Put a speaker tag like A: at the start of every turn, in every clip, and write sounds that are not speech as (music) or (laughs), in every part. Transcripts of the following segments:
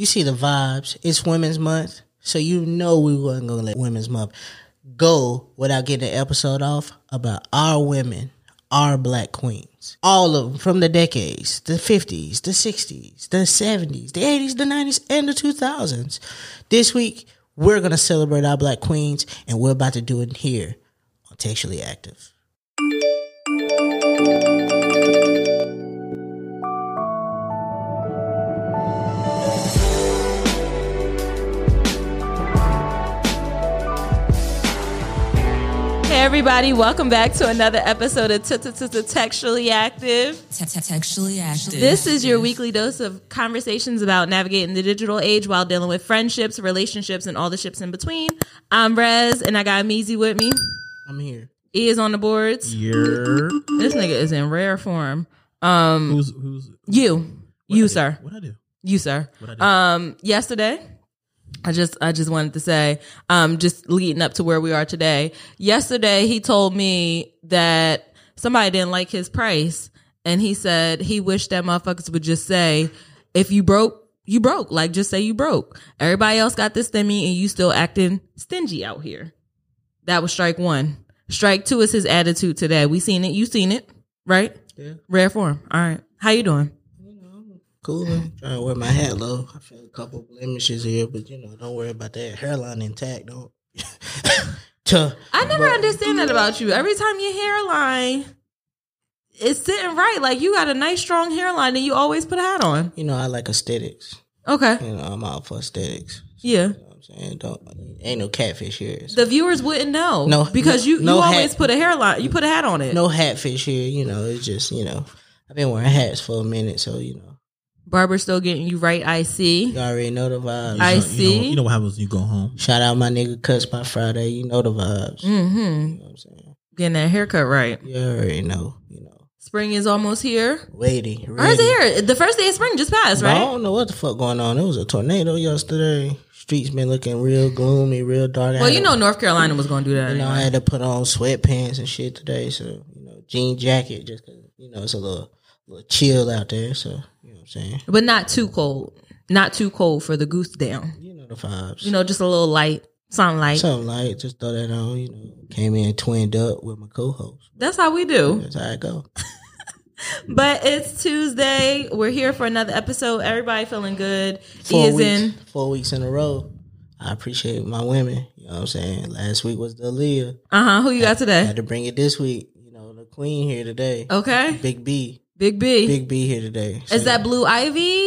A: You see the vibes. It's Women's Month, so you know we wasn't gonna let Women's Month go without getting an episode off about our women, our black queens, all of them from the decades, the fifties, the sixties, the seventies, the eighties, the nineties, and the two thousands. This week we're gonna celebrate our black queens, and we're about to do it here on Textually Active.
B: Hey everybody, welcome back to another episode of Textually Active.
C: Textually active.
B: This is your weekly dose of conversations about navigating the digital age while dealing with friendships, relationships, and all the ships in between. I'm Rez, and I got Meezy with me.
A: I'm here.
B: E is on the boards.
D: Your
B: This nigga is in rare form. Um,
D: who's who's
B: you,
D: what I
B: you,
D: do?
B: sir,
D: What I do?
B: you, sir.
D: What I do?
B: Um, yesterday, I just I just wanted to say, um, just leading up to where we are today. Yesterday, he told me that somebody didn't like his price, and he said he wished that motherfuckers would just say, "If you broke, you broke." Like just say you broke. Everybody else got this stimmy, and you still acting stingy out here. That was strike one. Strike two is his attitude today. We seen it. You seen it, right?
A: Yeah.
B: Rare form. All right. How you doing?
A: Cool. Trying to wear my hat low. I feel a couple blemishes here, but you know, don't worry about that. Hairline intact. Don't. (laughs) Tuh.
B: I never understand that about you. Every time your hairline is sitting right, like you got a nice strong hairline and you always put a hat on.
A: you know, I like aesthetics.
B: Okay.
A: You know, I'm all for aesthetics.
B: Yeah.
A: You know what I'm saying? Don't ain't no catfish here.
B: The viewers wouldn't know.
A: No,
B: Because you,
A: no
B: you always
A: hat.
B: put a hairline you put a hat on it.
A: No hatfish here. You know, it's just you know, I've been wearing hats for a minute, so you know,
B: Barber's still getting you right, I see.
A: you already know the vibes.
B: I
D: You know- You
B: see.
D: know, you know what happens when you go home.
A: Shout out my nigga Cuts by Friday. You know the vibes.
B: Mm-hmm.
A: You know what I'm saying?
B: Getting that haircut right.
A: You already know. You know,
B: Spring is almost here.
A: waiting.
B: Or is
A: ready.
B: it here? The first day of spring just passed,
A: But I
B: right?
A: don't know what the fuck going on. It was a tornado yesterday. Streets been looking real gloomy, real dark. I
B: Well,
A: had
B: you
A: to-
B: know North Carolina was gonna do that.
A: you know, (laughs) I
B: anyway.
A: had to put on sweatpants and shit today. So you know, jean jacket just 'cause, you know it's a little little chill out there. So you know what I'm saying.
B: But not too cold. Not too cold for the goose down.
A: You know the vibes.
B: You know, just a little light, sunlight.
A: something like just throw that on. You know, came in twinned up with my co-host.
B: That's how we do.
A: That's how it go.
B: But it's Tuesday. We're here for another episode. Everybody feeling good.
A: Four
B: He is
A: weeks,
B: in.
A: four weeks in a row. I appreciate my women. You know what I'm saying. Last week was the
B: (laughs)
A: Aaliyah.
B: Uh huh. Who you got today?
A: Had to bring it this week. You know, the queen here today.
B: Oh. Okay.
A: Big B.
B: Big B.
A: Big B here today.
B: Is
A: So-
B: that Blue Ivy?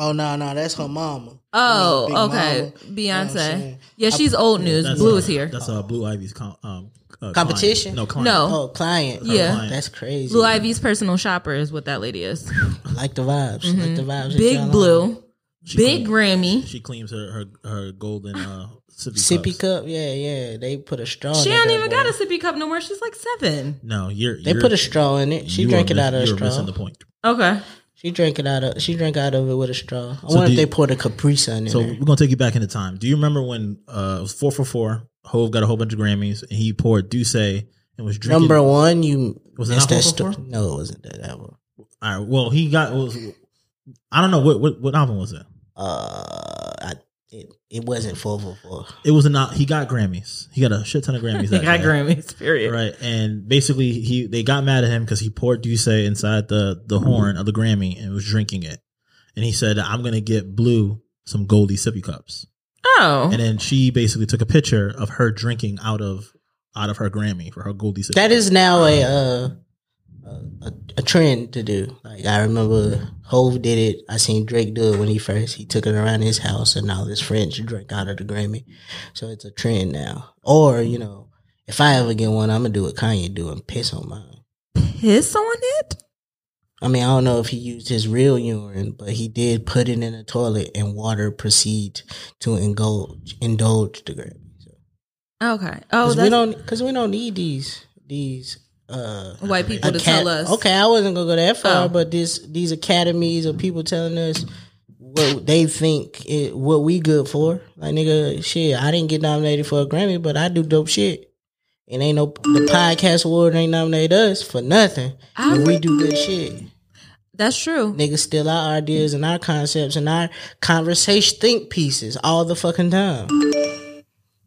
A: Oh no, no, that's her mama.
B: Oh,
A: You know, Big
B: okay.
A: Mama.
B: Beyonce.
A: saying?
B: yeah, she's old news.
D: That's
B: Blue
D: uh,
B: is here.
D: That's uh, Blue Ivy's com- um, uh, client.
A: Competition?
D: No, client.
B: No.
A: Oh, client.
B: Yeah.
A: Oh, that's crazy.
B: Blue Ivy's personal shopper is what that lady is.
A: I like the vibes. Like the vibes. that y'all
B: Mm-hmm. Big
A: on.
B: Blue.
D: She
B: Big
D: claims-
B: Grammy.
D: She claims her her, her golden uh, sippy,
A: Sippy
D: cups.
A: cup. Yeah, yeah. They put a straw.
B: She
A: in
B: don't
A: Oh, that
B: even
A: boy.
B: got a sippy cup no more. She's like seven.
D: No, you're.
A: They
D: you're,
A: put a straw in it. She
D: you
A: drank
D: are
A: it
D: miss-
A: out of a
D: You're
A: straw.
D: missing the point.
B: Okay.
A: She drank it out of. She drank out of it with a straw. I
D: So
A: wonder
D: do
A: if they
D: you-
A: poured a Capri Sun in
D: So
A: there.
D: we're gonna take you back into time. Do you remember when uh, it was four for four? Hove got a whole bunch of Grammys, and he poured Duce and was drinking.
A: Number one, you
D: Was it
A: missed
D: not
A: that
D: Hopeful
A: story.
D: Four?
A: No, it wasn't that album.
D: All right. Well, he got. Was, I don't know what, what what album was it.
A: Uh, I, it it wasn't four four four.
D: It was not. He got Grammys. He got a shit ton of
B: (laughs)
D: Grammys.
B: (laughs) They
D: that
B: got
D: day.
B: Grammys, period.
D: Right, and basically he they got mad at him because he poured Duce inside the
A: Mm-hmm.
D: the horn of the Grammy and was drinking it, and he said, "I'm gonna get Blue some Goldie sippy cups,"
B: Oh.
D: and then she basically took a picture of her drinking out of out of her Grammy for her Goldie sippy.
A: That is now a uh a, a, a trend to do. Like I remember Hove did it. I seen Drake do it when he first he took it around his house, and all his friends drank out of the Grammy. So it's a trend now. Or you know, if I ever get one, I'm gonna do what Kanye do and piss on mine.
B: Piss on it?
A: I mean, I don't know if he used his real urine, but he did put it in a toilet, and water proceed to indulge indulge the Grammy. So,
B: Okay. Oh,
A: Cause we
B: that's
A: don't because we don't need these these uh
B: white people to
A: aca-
B: tell us.
A: Okay, I wasn't gonna go that far,
B: Oh.
A: but this these academies of people telling us what they think it, what we good for. Like nigga, shit, I didn't get nominated for a Grammy, but I do dope shit. And ain't no the podcast award ain't nominate us for nothing.
B: I
A: And
B: re-
A: we do good shit.
B: That's true.
A: Niggas steal our ideas and our concepts and our conversation think pieces all the fucking time.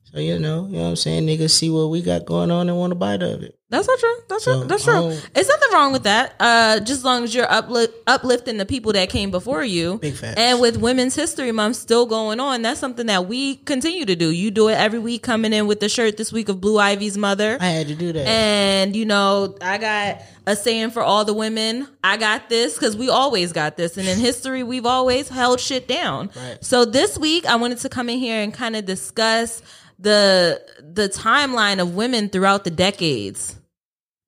A: So you know, you know what I'm saying? Niggas see what we got going on and want a bite of it.
B: That's not true. That's
A: So,
B: true. That's true.
A: oh.
B: It's nothing wrong with that. Uh, just as long as you're upli- uplifting the people that came before you.
A: Big facts.
B: And with Women's History Month still going on, that's something that we continue to do. You do it every week, coming in with the shirt this week of Blue Ivy's mother.
A: I had to do that.
B: And you know, I got a saying for all the women. I got this because we always got this, and in history, we've always held shit down.
A: Right.
B: So this week, I wanted to come in here and kind of discuss the the timeline of women throughout the decades.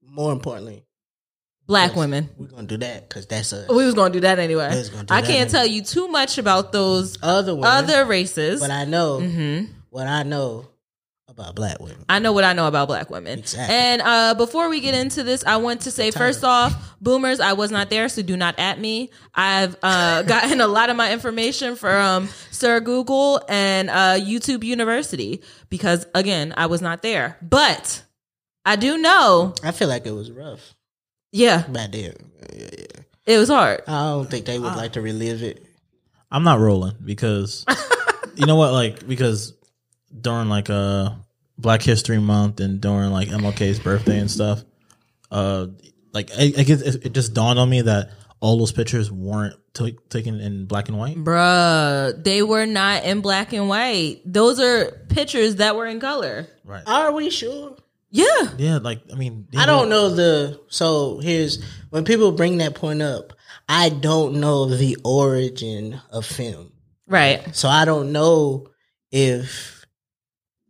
A: More importantly,
B: Black women.
A: we're gonna do that because that's us.
B: We was gonna do that anyway.
A: We was gonna do
B: I
A: that
B: can't
A: anyway.
B: tell you too much about those
A: other women,
B: other races.
A: but
B: I,
A: I know
B: hmm
A: what I know about black women.
B: I know what I know about black women.
A: Exactly.
B: And uh, before we get into this, I want to say first off, boomers, I was not there, so do not at me. I've
A: (laughs)
B: uh, gotten a lot of my information from Sir Google and uh, YouTube University because, again, I was not there. But I do know,
A: I feel like it was rough
B: yeah,
A: back then. Yeah, yeah.
B: it was hard.
A: I don't think they would
B: Ah.
A: like to relive it.
D: I'm not rolling because you know what? Like because during like uh Black History Month and during like MLK's birthday and stuff, uh, like I, I guess it, it just dawned on me that all those pictures weren't ta- taken in black and
A: Mm.
D: white.
B: Bruh, they were not in black and white. Those are pictures that were in color.
D: Right.
A: Are we sure?
B: Yeah.
D: Yeah. Like I mean,
B: Mm-hmm.
A: I don't know the so here's when people bring that point up, I don't know the origin of film.
B: Right.
A: So I don't know if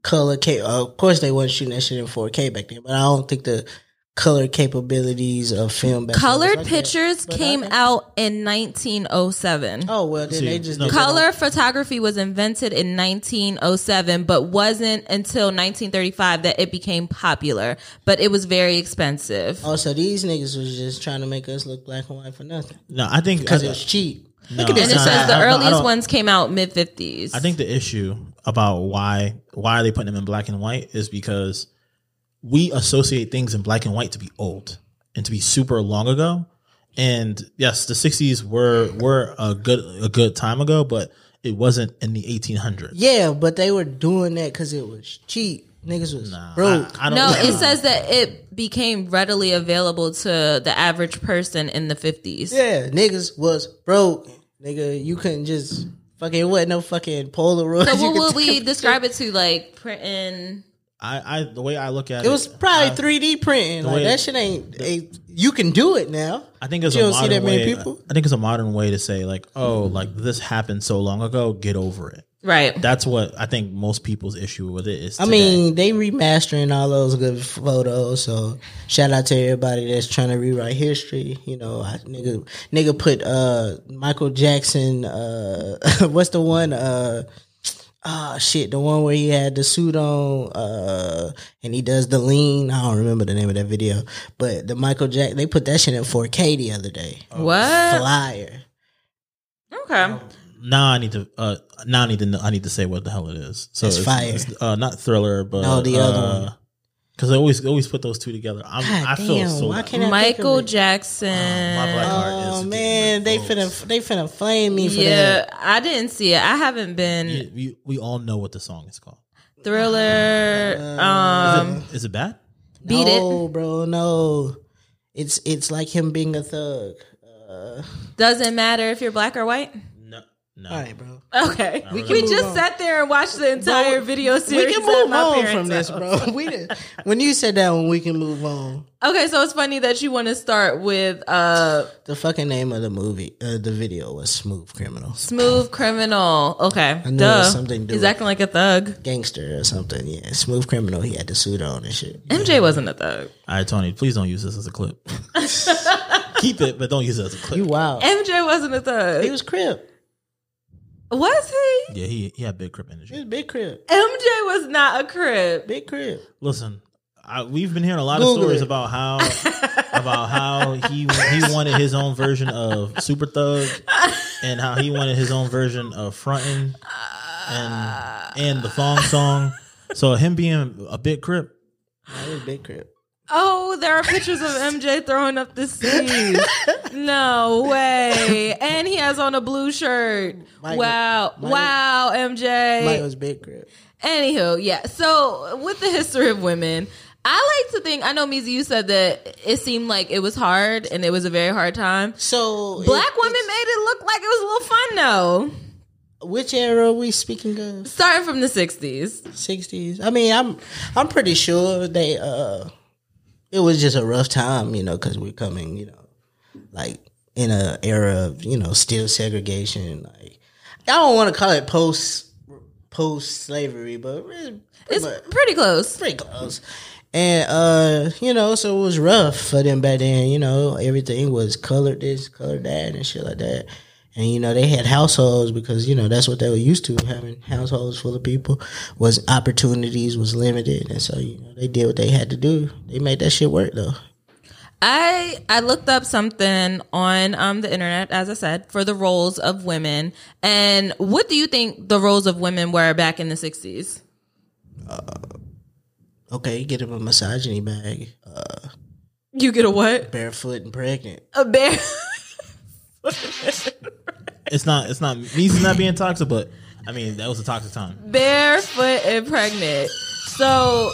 A: color ca- uh, of course they weren't shooting that shit in 4K back then, but I don't think the color capabilities of film back then was
B: Color
A: like that.
B: pictures
A: But I
B: came
A: think-
B: out in 1907.
A: Oh well, then
D: See,
A: they just
D: no.
A: did that on-
B: Color photography was invented in 1907, but wasn't until 1935 that it became popular. But it was very expensive.
A: Oh, so these niggas was just trying to make us look black and white for nothing
D: No, I think
A: because it was cheap. Look at
D: No,
A: this.
B: and it
D: nah,
B: says the
D: I- I- I
B: earliest
D: don't-
B: ones came out mid 50s.
D: I think the issue about why why are they putting them in black and white is because we associate things in black and white to be old and to be super long ago. And yes, the sixties were were a good a good time ago, but it wasn't in the eighteen hundreds.
A: Yeah, but they were doing that because it was cheap. Niggas was broke.
D: I, I don't
B: no,
D: know.
B: it says that it became readily available to the average person in the 50s.
A: Yeah, niggas was broke. Nigga, you couldn't just fucking what no fucking (laughs) Polaroid.
B: So what would we describe it to? Like printing.
D: I, I the way I look at it,
A: It was probably three D printing. Like
D: way-
A: that shit ain't. it- you can do it now.
D: I think it's
A: You
D: a
A: don't see that
D: modern
A: many
D: way.
A: people?
D: I think it's a modern way to say like, oh, like this happened so long ago, get over it.
B: Right.
D: That's what I think most people's issue with it is.
A: I mean, they remastering all those good photos. So shout out to everybody that's trying to rewrite history. You know, I, nigga, nigga put uh Michael Jackson. Uh, (laughs) what's the one? Uh, ah shit, the one where he had the suit on. Uh, and he does the lean. I don't remember the name of that video, but the Michael Jack. They put that shit in 4K the other day.
B: What?
A: Flyer.
B: Okay.
D: Now I need to. Uh, now I need to. Know, I need to say what the hell it is. So
A: It's fire.
D: uh, not thriller, but
A: No, the other one.
D: Because I always always put those two together. I'm,
A: God
D: I feel
A: damn,
D: so.
A: why can't I think of
B: Michael
A: it?
B: Jackson.
D: Oh, my black heart is
A: Oh
D: getting
A: man, they
D: exposed.
A: finna they finna flame me for that.
B: Yeah, I didn't see it. I haven't been
D: You- you- we all know what the song is called.
B: thriller.
A: Uh,
B: Um,
D: Is it, is it bad?
B: beat
A: no, bro. No, it's it's like him being a thug.
B: it doesn't matter if you're black or white.
D: No, no.
A: All right, bro.
B: Okay, we,
D: We can
B: just
A: on.
B: sat there and watched the entire video
A: We
B: series.
A: can
B: at
A: move
B: my
A: on
B: parents'
A: from this,
B: house.
A: bro. (laughs) We did, when you said that one, we can move on.
B: Okay, so it's funny that you want to start with uh,
A: The fucking name of the movie, uh, the video was Smooth Criminals,
B: smooth criminal. Okay,
A: knew it
B: duh,
A: was something to do
B: he's
A: with-
B: acting like a thug.
A: Gangster or something. Yeah, Smooth Criminal. He had the suit on and shit.
B: MJ wasn't a thug.
D: All right, Tony. Please don't use this as a
A: (laughs)
D: clip. Keep it, but don't use it as a clip.
A: You wild.
B: MJ wasn't a
A: He
B: thug.
A: was crib.
B: Was he?
D: yeah, he he had big crip energy.
A: He was big crib.
B: MJ was not a crib.
A: Big crib.
D: Listen, I, we've been hearing a lot of
A: Google
D: stories
A: it. (laughs)
D: about how about how he he wanted his own version of Super Thug, and how he wanted his own version of frontin and and the thong song. So him being a bit crip,
A: Nah, he was big crib.
B: Oh, there are pictures of MJ throwing up the sleeve. no way. And he has on a blue shirt.
A: Mine-
B: wow.
A: mine-
B: wow, MJ.
A: Mine was big grip.
B: Anywho, yeah. So with the history of women, I like to think I know Mizzy, you said that it seemed like it was hard and it was a very hard time.
A: So it-
B: Black women
A: it's-
B: made it look like it was a little fun though.
A: Which era are we speaking of?
B: Starting from the sixties.
A: Sixties. I mean, I'm I'm pretty sure they uh, it was just a rough time, you know, because we're coming, you know, like in a era of you know still segregation. Like I don't want to call it post post slavery, but it's
B: It's
A: pretty, much,
B: pretty close.
A: pretty close. And uh, you know, so it was rough for them back then. You know, everything was colored this, colored that, and shit like that. And you know, they had households because you know that's what they were used to having households full of people. Was opportunities was limited, and so you know they did what they had to do. They made that shit work though.
B: I I looked up something on um the internet, as I said, for the roles of women. And what do you think the roles of women were back in the sixties?
A: Okay, you get him a misogyny bag, uh,
B: You get a what?
A: barefoot and pregnant.
B: A bear.
D: It's not. It's not. Me's not being toxic, but I mean that was a toxic time.
B: (laughs) barefoot and pregnant. So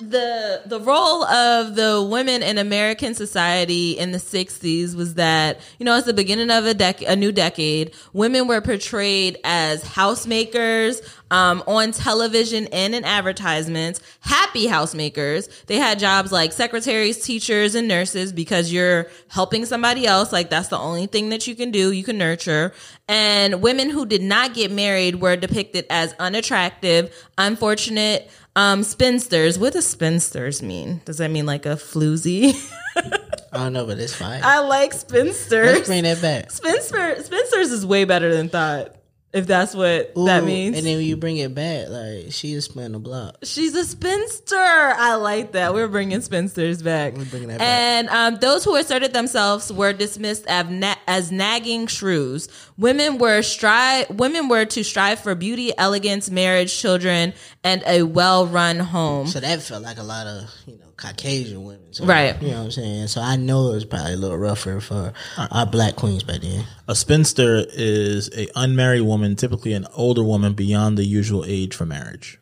B: the the role of the women in American society in the 60s was that you know it's the beginning of a dec- a new decade women were portrayed as housemakers um, on television and in advertisements happy housemakers they had jobs like secretaries teachers and nurses because you're helping somebody else like that's the only thing that you can do you can nurture and women who did not get married were depicted as unattractive unfortunate um, spinsters. What does spinsters mean? Does that mean like a floozy? (laughs)
A: I don't know, but it's fine.
B: I like
A: Let's
B: spinsters.
A: bring that back.
B: Spinster, spinsters is way better than thought. If that's what (laughs) that
A: Ooh,
B: means.
A: And then when you bring it back, like she is spinning the block.
B: She's a spinster. I like that. We're bringing spinsters back.
A: We're bringing that back.
B: and um, those who asserted themselves were dismissed as, na- as nagging shrews. Women were strive. Women were to strive for beauty, elegance, marriage, children, and a well-run home.
A: So that felt like a lot of you know Caucasian women, so,
B: Right.
A: You know what I'm saying. So I know it was probably a little rougher for
B: Uh-uh.
A: our black queens back then.
D: A spinster is a unmarried woman, typically an older woman beyond the usual age for marriage.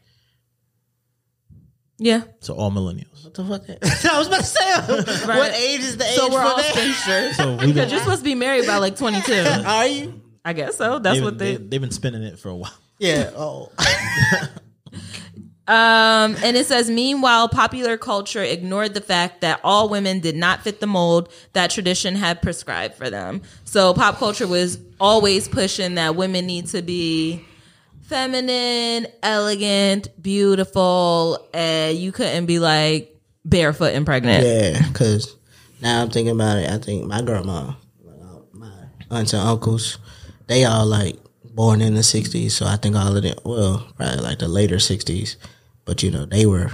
B: Yeah.
D: So all millennials.
A: What the fuck? (laughs) I was about to say, what age is the age
B: So
A: for
B: we're all
A: that? (laughs)
B: spinsters.
D: So we've been,
B: You're supposed to be married by like 22.
A: Are you?
B: I guess so. That's
D: they've,
B: what they.
D: have been spinning it for a while.
A: Yeah. Oh,
B: Um, and it says, meanwhile, popular culture ignored the fact that all women did not fit the mold that tradition had prescribed for them. So pop culture was always pushing that women need to be feminine, elegant, beautiful, and you couldn't be like barefoot and pregnant.
A: yeah. Because now I'm thinking about it. I think my grandma, my aunts and uncles, they all like born in the '60s. So I think all of them, well, probably like the later '60s. But you know, they were.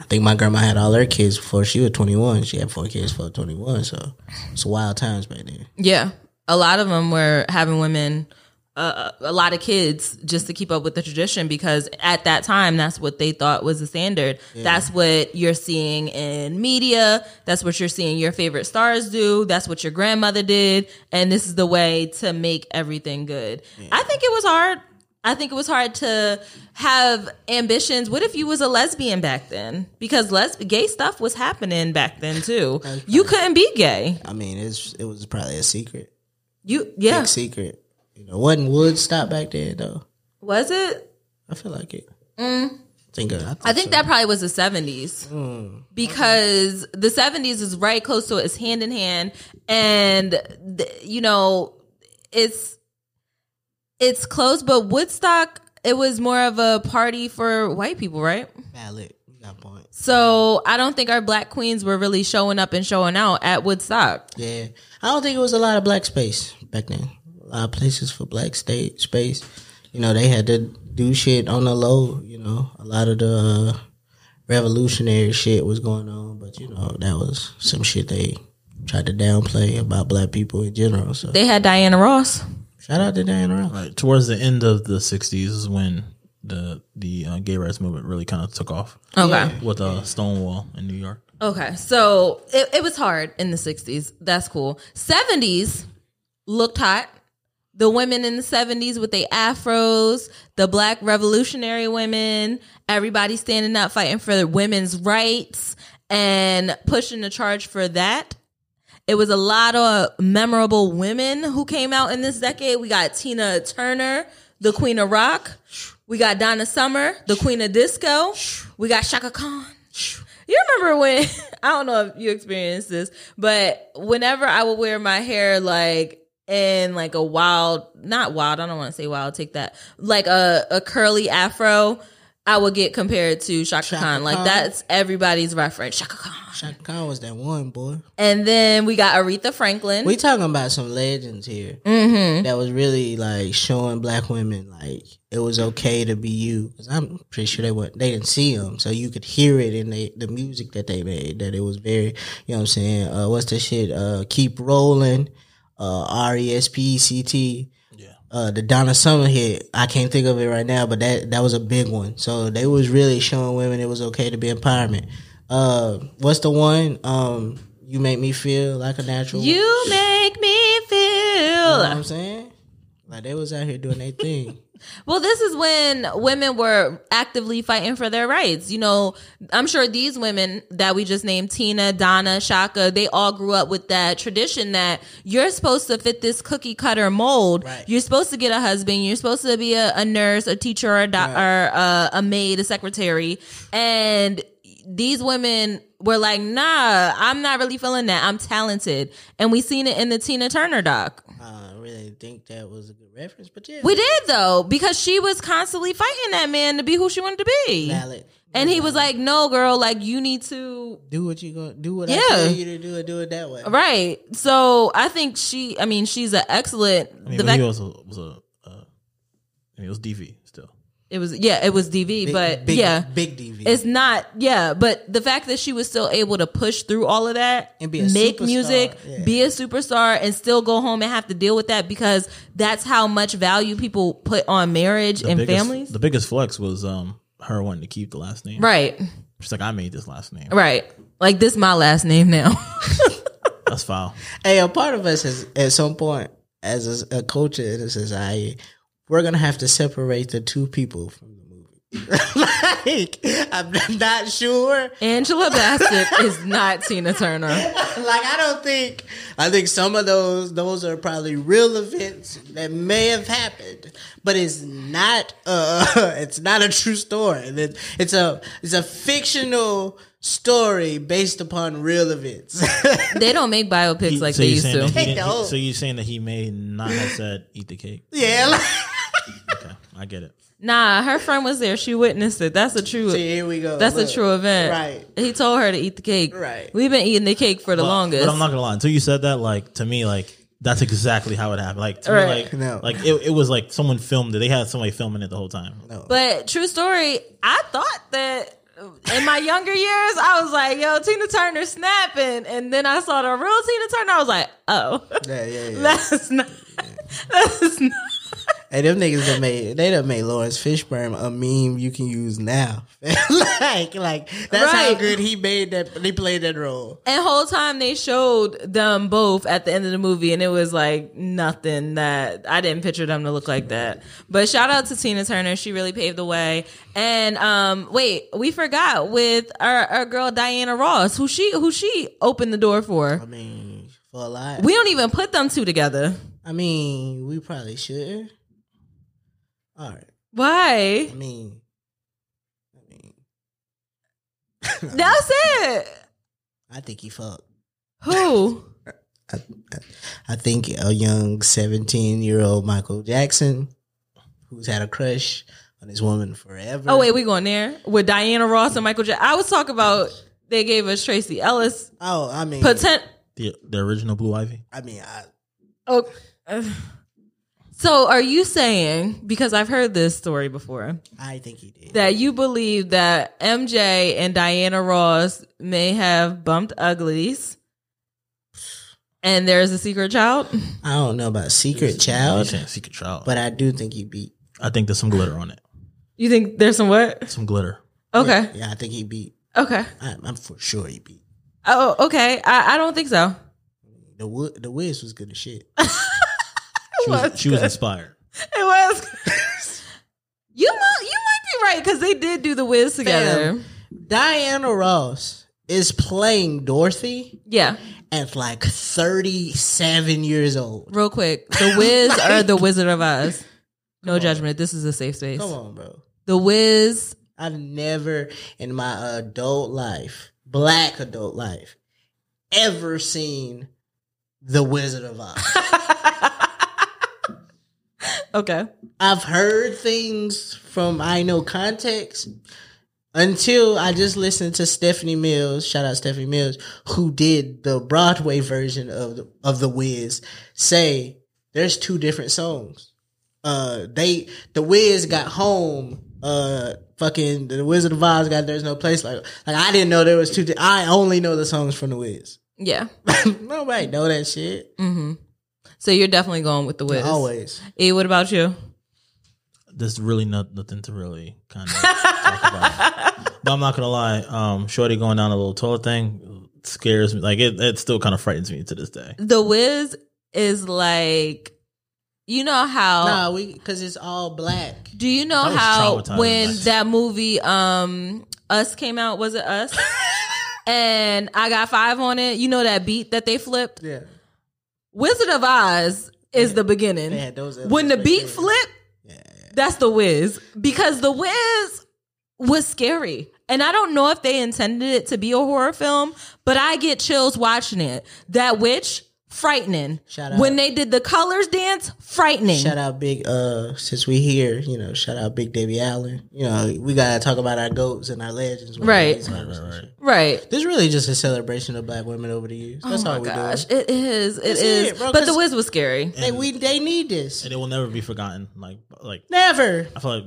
A: I think my grandma had all her kids before she was 21. She had four kids before 21. So it's wild times back then.
B: Yeah. A lot of them were having women, uh, a lot of kids just to keep up with the tradition because at that time, that's what they thought was the standard. That's what you're seeing in media. That's what you're seeing your favorite stars do. That's what your grandmother did. And this is the way to make everything good. I think it was hard. I think it was hard to have ambitions. What if you was a lesbian back then? Because les- gay stuff was happening back then too. You couldn't be gay.
A: I mean, it's it was probably a secret,
B: You yeah.
A: big secret. You know, wasn't Woodstock back then though?
B: Was it?
A: I feel like it. Think of it.
B: Mm. I think that probably was the 70s because the 70s is right close to it. It's hand in hand. And, th- you know, it's, it's close, but Woodstock, it was more of a party for white people, right?
A: valid. You got points.
B: So I don't think our black queens were really showing up and showing out at Woodstock.
A: Yeah, I don't think it was a lot of black space back then. A lot of places for black state space. You know, they had to do shit on the low. You know, a lot of the uh, revolutionary shit was going on, but you know, that was some shit they tried to downplay about black people in general. So
B: They had Diana Ross.
A: shout out to Dan Ross.
D: Right. Towards the end of the '60s is when the the uh, gay rights movement really kind of took off
B: Okay.
D: with uh, Stonewall in New York.
B: Okay, so it, it was hard in the 60s. That's cool. 70s looked hot. The women in the 70s with their afros, the black revolutionary women, everybody standing up fighting for the women's rights and pushing the charge for that. It was a lot of memorable women who came out in this decade. We got Tina Turner, the Queen of Rock. We got Donna Summer, the Queen of Disco. We got Shaka Khan. You remember when (laughs) I don't know if you experienced this, but whenever I would wear my hair like in like a wild, not wild, I don't want to say wild, take that, like a, a curly afro, I would get compared to Shaka,
A: Chaka
B: Khan. Like
A: Khan.
B: that's everybody's reference, Shaka Khan.
A: Shaka Khan was that one boy.
B: And then we got Aretha Franklin.
A: We talking about some legends here that was really like showing black women like it was okay to be you. Cause I'm pretty sure they were they didn't see them, so you could hear it in the the music that they made. That it was very, you know, what I'm saying, uh, what's the shit? Uh, keep rolling, uh, R E S P E C T.
D: Yeah.
A: Uh, the Donna Summer hit, I can't think of it right now, but that that was a big one. So they was really showing women it was okay to be empowerment. Uh, what's the one? Um, you make me feel like a natural.
B: you make me
A: You know
B: feel
A: what I'm saying? Like they was out here doing their thing. (laughs)
B: Well, this is when women were actively fighting for their rights. You know, I'm sure these women that we just named, Tina, Donna, Shaka, they all grew up with that tradition that you're supposed to fit this cookie cutter mold.
A: Right.
B: You're supposed to get a husband. You're supposed to be a, a nurse, a teacher, or a, doc- or, uh, a maid, a secretary. And these women were like, nah, I'm not really feeling that. I'm talented. And we seen it in the Tina Turner doc.
A: I really didn't think that was a good reference, but yeah,
B: We did though, because she was constantly fighting that man to be who she wanted to be.
A: valid.
B: And he was like, "No, girl, like you need to
A: Do what you gonna do. What
B: Yeah.
A: I tell you to do, and do it that way.
B: right." So I think she, I mean, she's an excellent.
D: I mean,
B: the
D: but
B: fact
D: he was a, was a uh, I mean, it was DV still.
B: it was, yeah, it was DV,
A: Big-
B: but
A: big,
B: yeah,
A: big DV.
B: it's not, yeah, but the fact that she was still able to push through all of that
A: And be a
B: make
A: superstar,
B: music,
A: yeah.
B: be a superstar, and still go home and have to deal with that because that's how much value people put on marriage
D: The
B: and
D: biggest,
B: families,
D: The biggest flex was um her wanting to keep the last name.
B: right?
D: She's like, I made this last name.
B: Right. Like this, my last name now.
D: That's foul.
A: hey, a part of us has at some point as a, a culture in a society, we're gonna have to separate the two people from the movie. (laughs) like I'm not sure.
B: Angela Bassett is not Tina Turner.
A: like I don't think I think some of those those are probably real events that may have happened, but it's not uh it's not a (laughs) true story. It- It's a it's a fictional story based upon real events. (laughs)
B: They don't make biopics like
D: so
B: they
D: you're
B: used
D: saying that
B: to.
D: he
A: Take
D: didn't-
A: the oath.
D: so you're saying that he may not have said eat the cake.
A: yeah. Like,
D: Okay, I get it.
B: Nah, her friend was there. She witnessed it. That's a true.
A: see, here we go.
B: that's a
A: Look.
B: true event.
A: Right.
B: He told her to eat the cake.
A: Right.
B: We've been eating the cake for the
D: But-
B: longest.
D: But I'm not gonna lie. Until you said that, like to me, like that's exactly how it happened. Like to
B: Right.
D: me, like
A: No.
D: like it, it was like someone filmed it. They had somebody filming it the whole time.
B: But true story, I thought that in my younger years, I was like, yo, Tina Turner snapping. And then I saw the real Tina Turner. I was like, oh, (laughs)
A: Yeah, yeah, yeah.
B: that's not. (laughs) That's not.
A: Hey, them niggas done made they done made Lawrence Fishburne a meme you can use now. (laughs) like, like that's how
B: Right.
A: good he made that. He played that role.
B: And whole time they showed them both at the end of the movie, and it was like nothing that I didn't picture them to look like that. But shout out to Tina Turner, she really paved the way. And um, wait, we forgot with our, our girl Diana Ross, who she who she opened the door for.
A: I mean, for a lot.
B: We don't even put them two together.
A: I mean, we probably should. All right.
B: Why?
A: I mean, I mean,
B: That's it.
A: I think he fucked.
B: Who?
A: I, I, I think a young seventeen-year-old Michael Jackson, who's had a crush on this woman forever.
B: Oh wait, we going there with Diana Ross and Michael J. I was talking about they gave us Tracy Ellis
A: Oh, I mean,
B: potent.
D: The the original Blue Ivy.
A: I mean, I,
B: Oh. So are you saying because I've heard this story before
A: I think he did.
B: that you believe that MJ and Diana Ross may have bumped uglies and there's a secret child?
A: I don't know about secret
D: You're
A: child,
D: saying Secret Child.
A: but I do think he beat.
D: I think there's some glitter on it.
B: You think there's some what? (laughs)
D: Some glitter.
B: Okay.
A: Yeah, I think he beat.
B: Okay.
A: I, I'm for sure he beat.
B: Oh, okay. I, I don't think so.
A: The Wi- the Wiz was good as shit. (laughs)
D: She was, she was inspired.
B: It was. you might, you might be right because they did do the Wiz together.
A: Diana Ross is playing Dorothy
B: Yeah.
A: at like 37 years old.
B: Real quick, the Wiz or the Wizard of Oz. No judgment. This is a safe space.
A: Come on, bro.
B: The Wiz.
A: I've never in my adult life, black adult life, ever seen The Wizard of Oz.
B: Okay.
A: I've heard things from I know context until I just listened to Stephanie Mills, shout out Stephanie Mills, who did the Broadway version of the, of the Wiz, say there's two different songs. Uh, they the Wiz got home. Uh, fucking the Wizard of Oz got there's no place like like I didn't know there was two. Di- I only know the songs from the Wiz. (laughs)
B: Yeah.
A: Nobody know that shit.
B: So you're definitely going with the Wiz.
A: Always.
B: E, what about you?
D: There's really not, nothing to really kind of talk about.
B: (laughs)
D: But I'm not gonna lie. Um, Shorty going down a little toilet thing scares me. Like it, it still kind of frightens me to this day.
B: The Wiz is like, you know how.
A: Nah, we because it's all black.
B: Do you know
D: That was
B: how
D: traumatizing.
B: when that movie um Us came out, was it Us? and I got five on it. You know that beat that they flipped?
A: Yeah.
B: Wizard of Oz is the beginning.
A: They had those
B: when the
A: elements right
B: beat
A: there.
B: flipped, that's the whiz. Because the whiz was scary. And I don't know if they intended it to be a horror film, but I get chills watching it. That witch, frightening.
A: Shout out.
B: When they did the colors dance, frightening.
A: Shout out big uh since we here, you know, shout out big Debbie Allen. You know, we gotta talk about our goats and our legends. when
B: Right.
A: these conversations.
B: Right.
A: This is really just a celebration of black women over the years. That's all we
B: Oh Gosh,
A: do.
B: it is. It is.
A: it, bro,
B: but the
A: 'cause-
B: whiz was scary.
A: They we they need this.
D: And it will never be forgotten. Like, like
A: Never.
D: I feel like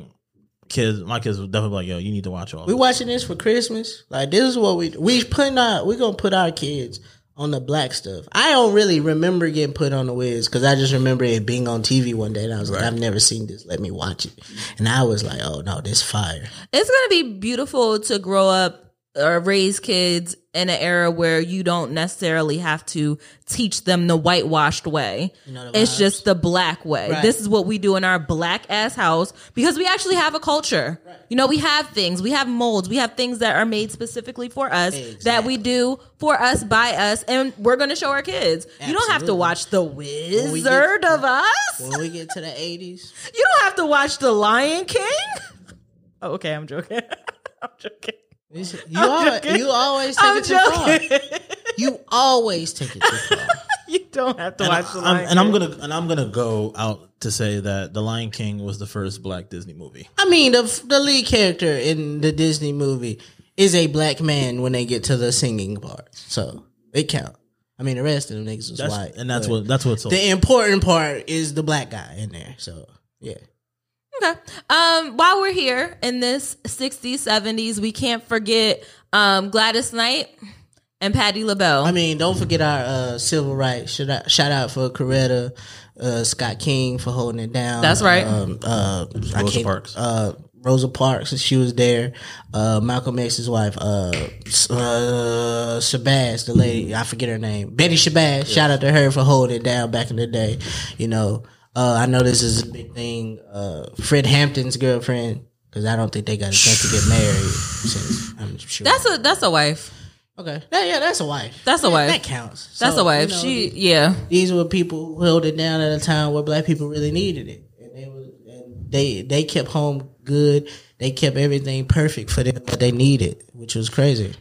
D: kids, my kids will definitely be like, yo, you need to watch all.
A: We
D: this.
A: watching this for Christmas. Like this is what we we putting our we gonna put our kids on the black stuff. I don't really remember getting put on the Wiz because I just remember it being on TV one day and I was like, I've never seen this. Let me watch it. And I was like, oh no, this fire.
B: It's gonna be beautiful to grow up or raise kids in an era where you don't necessarily have to teach them the whitewashed way.
A: know the
B: it's just the black way.
A: Right.
B: This is what we do in our black ass house because we actually have a culture. You know, we have things, we have molds, we have things that are made specifically for us that we do for us by us, and we're gonna show our kids. You don't have to
A: Absolutely.
B: watch The
A: we get-
B: Wizard of Us.
A: When we get to the eighties,
B: You don't have to watch The Lion King. Oh, okay, I'm joking. (laughs) I'm joking.
A: You, al-
B: joking.
A: you always take
B: I'm
A: it too far.
B: joking.
A: You always take it too far.
B: (laughs) you don't have to
D: And, I,
B: watch The Lion
D: am and I'm gonna and I'm gonna go out to say that The Lion King was the first Black Disney movie.
A: I mean, the the lead character in the Disney movie is a black man when they get to the singing part, so it count. I mean, the rest of them niggas was
D: That's,
A: white,
D: and that's
A: but
D: what that's what's
A: the important part is the black guy in there. So yeah,
B: Okay. Um, while we're here in this 60s, 70s, we can't forget um, Gladys Knight and Patti LaBelle.
A: I mean, don't forget our uh, civil rights. Shout out, shout out for Coretta, uh, Scott King for holding it down.
B: That's right.
A: Um, uh, I
D: Rosa
A: can't-
D: Parks.
A: Uh, Rosa Parks, she was there. Uh, Malcolm X's wife, uh, S- uh, Shabazz, the lady, I forget her name. Betty Shabazz, shout out to her for holding it down back in the day. You know, uh, I know this is a big thing. Uh, Fred Hampton's girlfriend, because I don't think they got a chance to get married since, I'm sure.
B: that's a that's a wife.
A: Okay. Yeah, yeah, that's a wife.
B: That's a
A: Yeah,
B: wife.
A: That counts.
B: That's
A: So,
B: a wife.
A: you know,
B: she yeah.
A: these were people who held it down at a time where black people really needed it, and they was and they they kept home good. They kept everything perfect for them what they needed, which was crazy.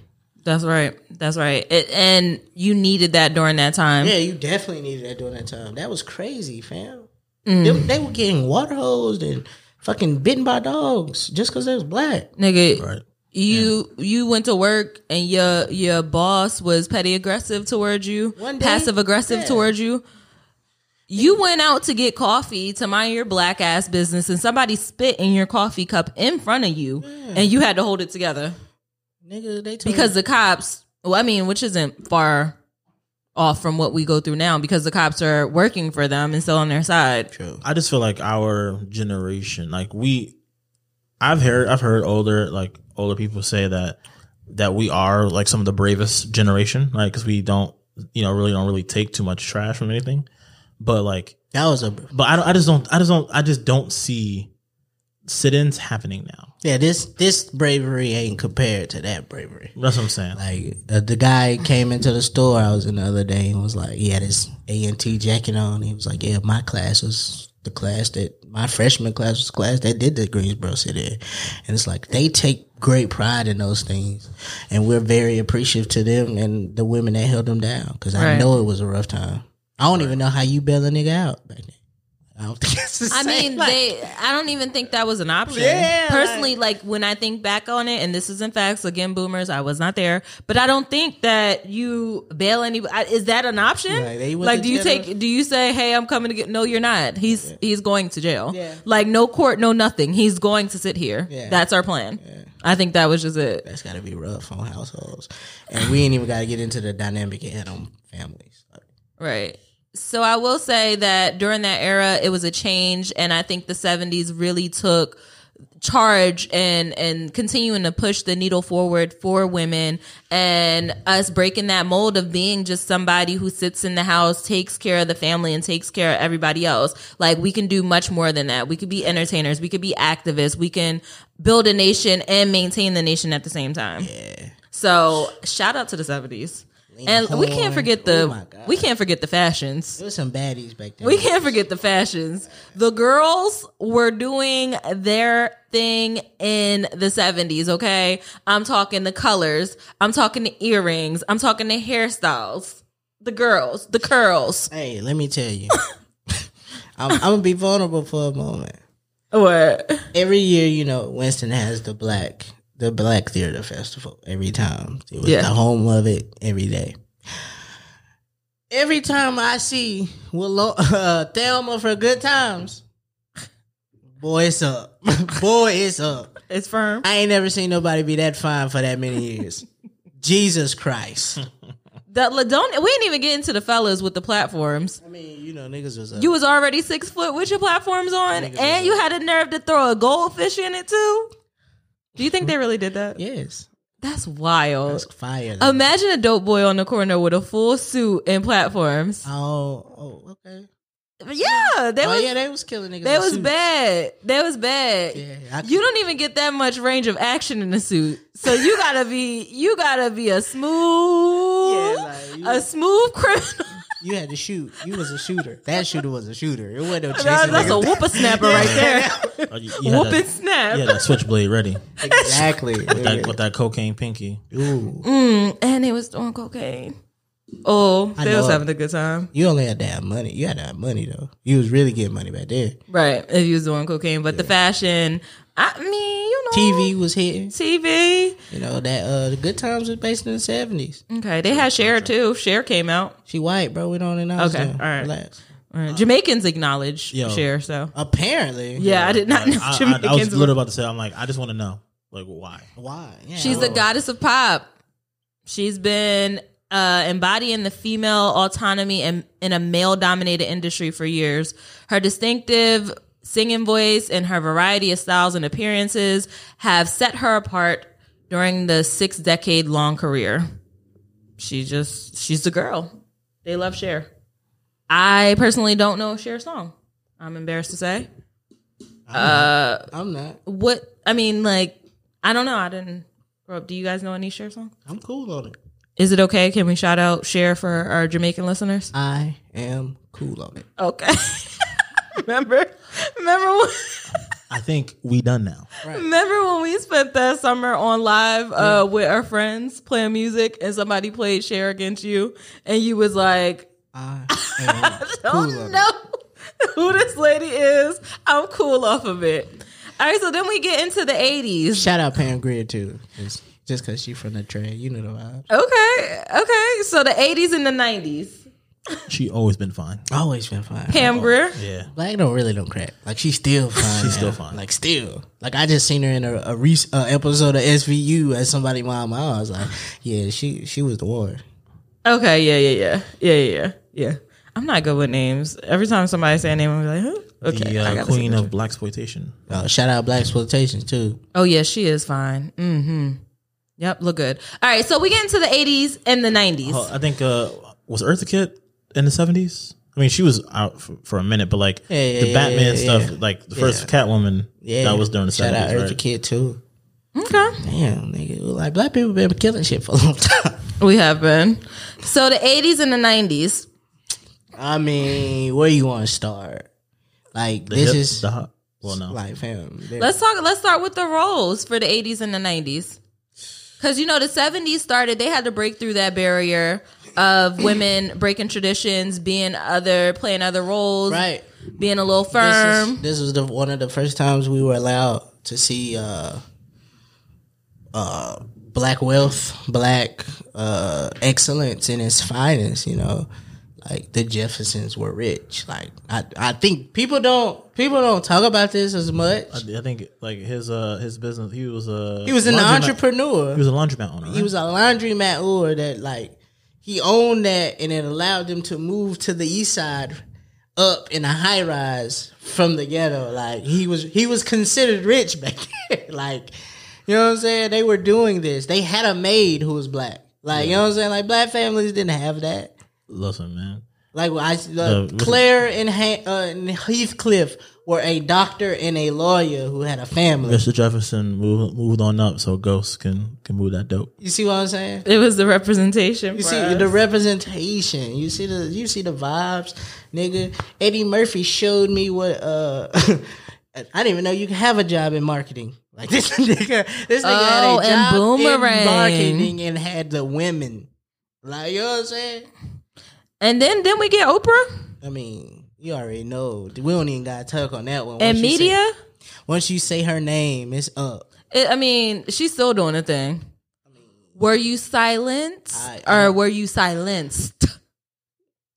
B: That's right. That's right. It, and you needed that during that time.
A: Yeah, you definitely needed that during that time. That was crazy, fam.
B: Mm.
A: Them- they were getting water hosed and fucking bitten by dogs just because they was black.
B: Nigga,
D: right.
B: you you went to work and your your boss was petty aggressive towards you,
A: One day,
B: passive aggressive
A: yeah.
B: towards you. You went out to get coffee to mind your black ass business, and somebody spit in your coffee cup in front of you, and you had to hold it together
A: Nigga, they told
B: because the cops. Well, I mean, which isn't far off from what we go through now because the cops are working for them and still on their side.
A: True.
D: I just feel like our generation, like we, I've heard, I've heard older, like older people say that that we are like some of the bravest generation, right? Because we don't, you know, really don't really take too much trash from anything. But like,
A: That was a
D: but I, don't, I just don't, I just don't, I just don't see sit-ins happening now.
A: yeah. This this bravery ain't compared to that bravery.
D: That's what I'm saying.
A: Like uh, the guy came into the store I was in the other day and was like, he had his A and T jacket on. He was like, yeah, my class was the class that my freshman class was the class that did the Greensboro City, Air." and it's like they take great pride in those things, and we're very appreciative to them and the women that held them down because I
B: Right.
A: know it was a rough time. I don't even know how you bail a nigga out back then. I don't (laughs) think it's the
B: I
A: same.
B: mean,
A: Like,
B: they. I don't even think that was an option.
A: Yeah,
B: Personally, like, when I think back on it, and this is in facts again, boomers. I was not there, but I don't think that you bail any. I- Is that an option?
A: Right, they went
B: like,
A: to
B: do you
A: jail.
B: take? Do you say, "Hey, I'm coming to get"? No, you're not. He's he's going to jail.
A: Yeah.
B: Like, no court, no nothing. He's going to sit here.
A: Yeah.
B: That's our plan. I think that was just it.
A: that's got to be rough on households, and we ain't even got to get into the dynamic it had on families.
B: Right. So I will say that during that era, it was a change, and I think the '70s really took charge and and continuing to push the needle forward for women and us breaking that mold of being just somebody who sits in the house takes care of the family and takes care of everybody else like we can do much more than that we could be entertainers we could be activists we can build a nation and maintain the nation at the same time
A: Yeah.
B: so shout out to the 70s and we
A: Horn.
B: can't forget
A: Oh my
B: the
A: God.
B: we can't forget the fashions.
A: There was some baddies back then.
B: We can't forget the fashions. The girls were doing their thing in the 70s, okay? I'm talking the colors, I'm talking the earrings, I'm talking the hairstyles. The girls, the curls.
A: Hey, let me tell you. (laughs) I'm, I'm gonna be vulnerable for a moment.
B: What?
A: Every year, you know, Winston has the black the Black Theater Festival every time. It was
B: Yeah.
A: the home of it every day. Every time I see Willow (laughs) uh, Thelma for good times, boy, it's up. (laughs) boy, it's up.
B: It's firm.
A: I ain't never seen nobody be that fine for that many years.
B: (laughs)
A: Jesus
B: Hmm.
A: Christ.
B: The, don't we didn't even get into the fellas with the platforms.
A: I mean, you know, niggas was up.
B: You was already six foot with your platforms on, and you had the nerve to throw a goldfish in it too. Do you think they really
A: (laughs)
B: did that?
A: yes.
B: That's wild.
A: That's fire. though.
B: Imagine a dope boy on the corner with a full suit and platforms.
A: Oh, oh, okay.
B: Yeah, they
A: oh
B: was
A: yeah, they was killing niggas.
B: they
A: in
B: was
A: suits.
B: bad. They was bad.
A: Yeah, I-
B: you don't even get that much range of action in a suit, so you gotta be you gotta be a smooth
A: Yeah, like, you-
B: a smooth criminal.
A: You had to shoot. You was a shooter. That shooter was a shooter. It wasn't no chasing.
B: That- that's a
A: niggas.
B: whoop snapper right there.
A: (laughs)
D: Uh, you, you had
B: Whoop and
D: that,
B: snap.
D: you had that switchblade ready
A: exactly.
D: that, with that
A: (laughs)
D: cocaine pinky.
A: Ooh,
B: Mm, and they was doing cocaine. Oh,
A: I
B: they was
A: know.
B: having a good time.
A: you only had that money. You had that money though. You was really getting money back there.
B: Right, if you was doing cocaine, but the fashion, I mean, you know,
A: TV was hitting.
B: TV.
A: You know that uh, the good times was based in the seventies.
B: Okay, they had Cher too. Cher came out.
A: She white, bro. We don't acknowledge
B: Okay,
A: them.
B: all right.
A: Relax.
B: All right. Jamaicans acknowledge
D: Yo.
B: Cher, so
A: Apparently,
B: yeah, I did not know
D: I, I,
B: Jamaicans.
D: I was
B: were-
D: literally about to say, I'm like, I just want to know, like, why?
A: Why? Yeah,
B: She's
A: I
B: the
A: don't-
B: goddess of pop. She's been uh, embodying the female autonomy in, in a male dominated industry for years. Her distinctive singing voice and her variety of styles and appearances have set her apart during the six decade long career. She just, she's the girl. They love Cher. I personally don't know Cher's song. I'm embarrassed to say.
A: I'm not.
B: What, I mean, like, I don't know. I didn't grow up. Do you guys know any Cher song?
A: I'm cool on it.
B: Is it okay? Can we shout out share for our Jamaican listeners?
A: I am cool on it.
B: Okay. (laughs) remember, remember, when,
D: I think we done now.
B: remember when we spent that summer on live uh, with our friends playing music, and somebody played share against you, and you was like, (laughs)
A: I am
B: "Don't
A: cool on it.
B: know who this lady is. I'm cool off of it." All right, so then we get into the '80s.
A: Shout out Pam Grier too. Just because she from the trade, you know the vibe.
B: Okay, okay, so the '80s and the '90s.
D: She always been fine.
A: Always been fine.
B: Pam Grier.
D: Yeah.
A: Black don't really don't crack. Like she's
D: (laughs)
A: still fine.
D: She's
A: now.
D: still fine.
A: Like still. Like I just seen her in a, a recent uh, episode of SVU as somebody mom. I was like, yeah, she she was the one.
B: Okay, yeah, yeah, yeah, yeah, yeah, yeah. I'm not good with names. Every time somebody say a name, I'm like, huh? Okay,
D: the
B: I
D: uh,
B: gotta see
D: queen
B: what
D: of
B: you-
D: black exploitation.
A: Uh, shout out Black Exploitations too.
B: Oh yeah, she is fine. Mm-hmm. Yep, look good. All right, so we get into the 80s and the 90s.
D: Uh, I think uh, was Eartha Kitt in the seventies. I mean, she was out for, for a minute, but like
A: Yeah, yeah,
D: the
A: yeah,
D: Batman
A: yeah,
D: stuff, like the first Catwoman,
A: Yeah,
D: that was during the
A: shout out
D: seventies,
A: Eartha
D: right?
A: Kid too.
B: okay.
A: Damn, nigga, like black people been killing shit for a long (laughs) time.
B: We have been. So the 80s and the 90s.
A: I mean, where you want to start? Like
D: The
A: this
D: hip,
A: is
D: the hot. Well, no,
A: like fam. there-
B: Let's talk let's start with the roles for the 80s and the 90s. Cuz you know the 70s started they had to break through that barrier of women breaking traditions, being other playing other roles,
A: right.
B: being a little
A: This
B: firm.
A: is, this was the one of the first times we were allowed to see uh, uh, black wealth, black uh, excellence in its finest. You know, like the Jeffersons were rich. Like I, I think people don't people don't talk about this as much.
D: I, I think like his uh his business. He was a
A: He was an
D: laundromat-
A: entrepreneur.
D: He was a laundromat owner.
A: he was a laundromat owner that like he owned that and it allowed them to move to the east side up in a high rise from the ghetto like he was he was considered rich (laughs) back then like you know what i'm saying they were doing this they had a maid who was black like you know what i'm saying like black families didn't have that
D: Listen, man,
A: like I, uh,
D: what's it-
A: claire and, ha- uh, and heathcliff were a doctor and a lawyer who had a family
D: Mr. Jefferson moved moved on up, so ghosts can can move that dope.
A: you see what i'm saying
B: It was the representation.
A: You
B: for
A: see
B: us.
A: the representation. You see the you see the vibes, nigga. Eddie Murphy showed me what uh (laughs) I didn't even know you could have a job in marketing. Like (laughs) this nigga this nigga
B: Oh,
A: had a
B: and
A: job
B: Boomerang.
A: in marketing and had the women. Like you know what I'm saying?
B: and then then we get Oprah
A: I mean, you already know. We don't even gotta talk on that one.
B: and
A: Once you say-
B: media.
A: once you say her name, it's up.
B: It, I mean, she's still doing a thing. Were you silenced
A: I- I-
B: or were you silenced?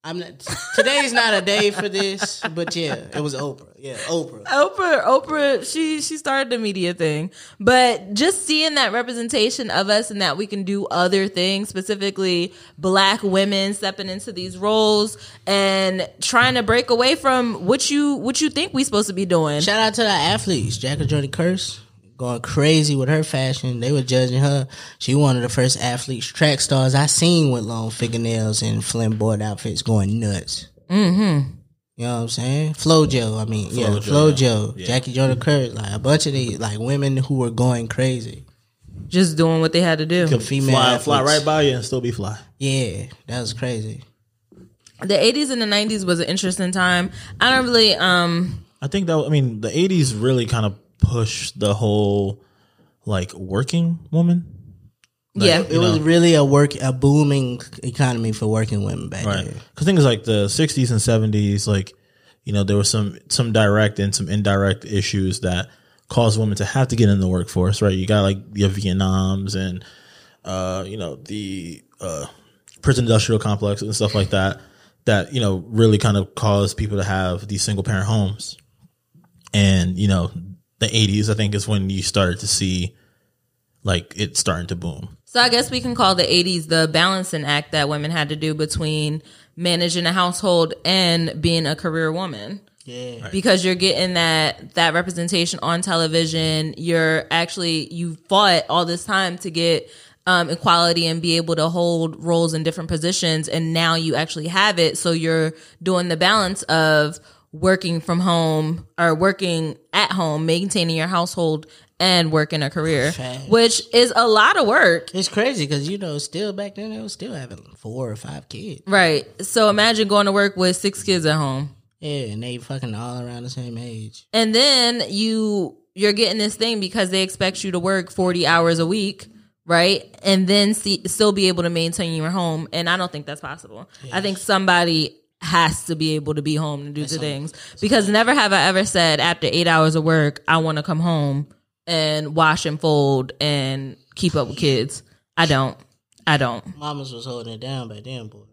A: I'm not today's not a day for this, but yeah, it was Oprah. Yeah, Oprah.
B: Oprah, Oprah, she she started the media thing, but just seeing that representation of us and that we can do other things, specifically black women stepping into these roles and trying to break away from what you what you think we supposed to be doing.
A: Shout out to the athletes, Jack and Jody Curse. Going crazy with her fashion. They were judging her. She one of the first athletes, track stars I seen with long fingernails and flamboyant outfits going nuts. Mm-hmm. You know what I'm saying? Flojo, I mean, yeah,
D: Flo Jo,
A: Flojo, Jackie Jordan Curse, like a bunch of these, like women who were going crazy.
B: Just doing what they had to do.
A: Female
D: fly, fly
A: athletes.
D: right by you and still be fly.
A: Yeah, that was crazy.
B: The 80s and the 90s was an interesting time. I don't really um
D: I think that I mean the eighties really kind of pushed the whole like working woman.
B: yeah.
A: It was really a work, a booming economy for working women back
D: Right.
A: then.
D: Because things like the sixties and seventies, like you know, there was some some direct and some indirect issues that caused women to have to get in the workforce. Right. You got like your Vietnams and uh, you know the uh, prison industrial complex and stuff like that. That you know really kind of caused people to have these single parent homes. And you know the eighties, I think, is when you started to see like it starting to boom.
B: So I guess we can call the 80s the balancing act that women had to do between managing a household and being a career woman.
A: Yeah.
B: because you're getting that that representation on television. You're actually you fought all this time to get um, equality and be able to hold roles in different positions, and now you actually have it. So you're doing the balance of working from home or working at home, maintaining your household, and working a career,
A: Facts.
B: which is a lot of work.
A: It's crazy because you know, still back then they was still having four or five kids.
B: Right. So imagine going to work with six kids at home.
A: Yeah, and they fucking all around the same age.
B: and then you you're getting this thing because they expect you to work 40 hours a week right and then see, still be able to maintain your home and i don't think that's possible i think somebody has to be able to be home to do the things because never have i ever said after eight hours of work i want to come home and wash and fold and keep up with kids i don't i don't
A: Mamas was holding it down back then, boy.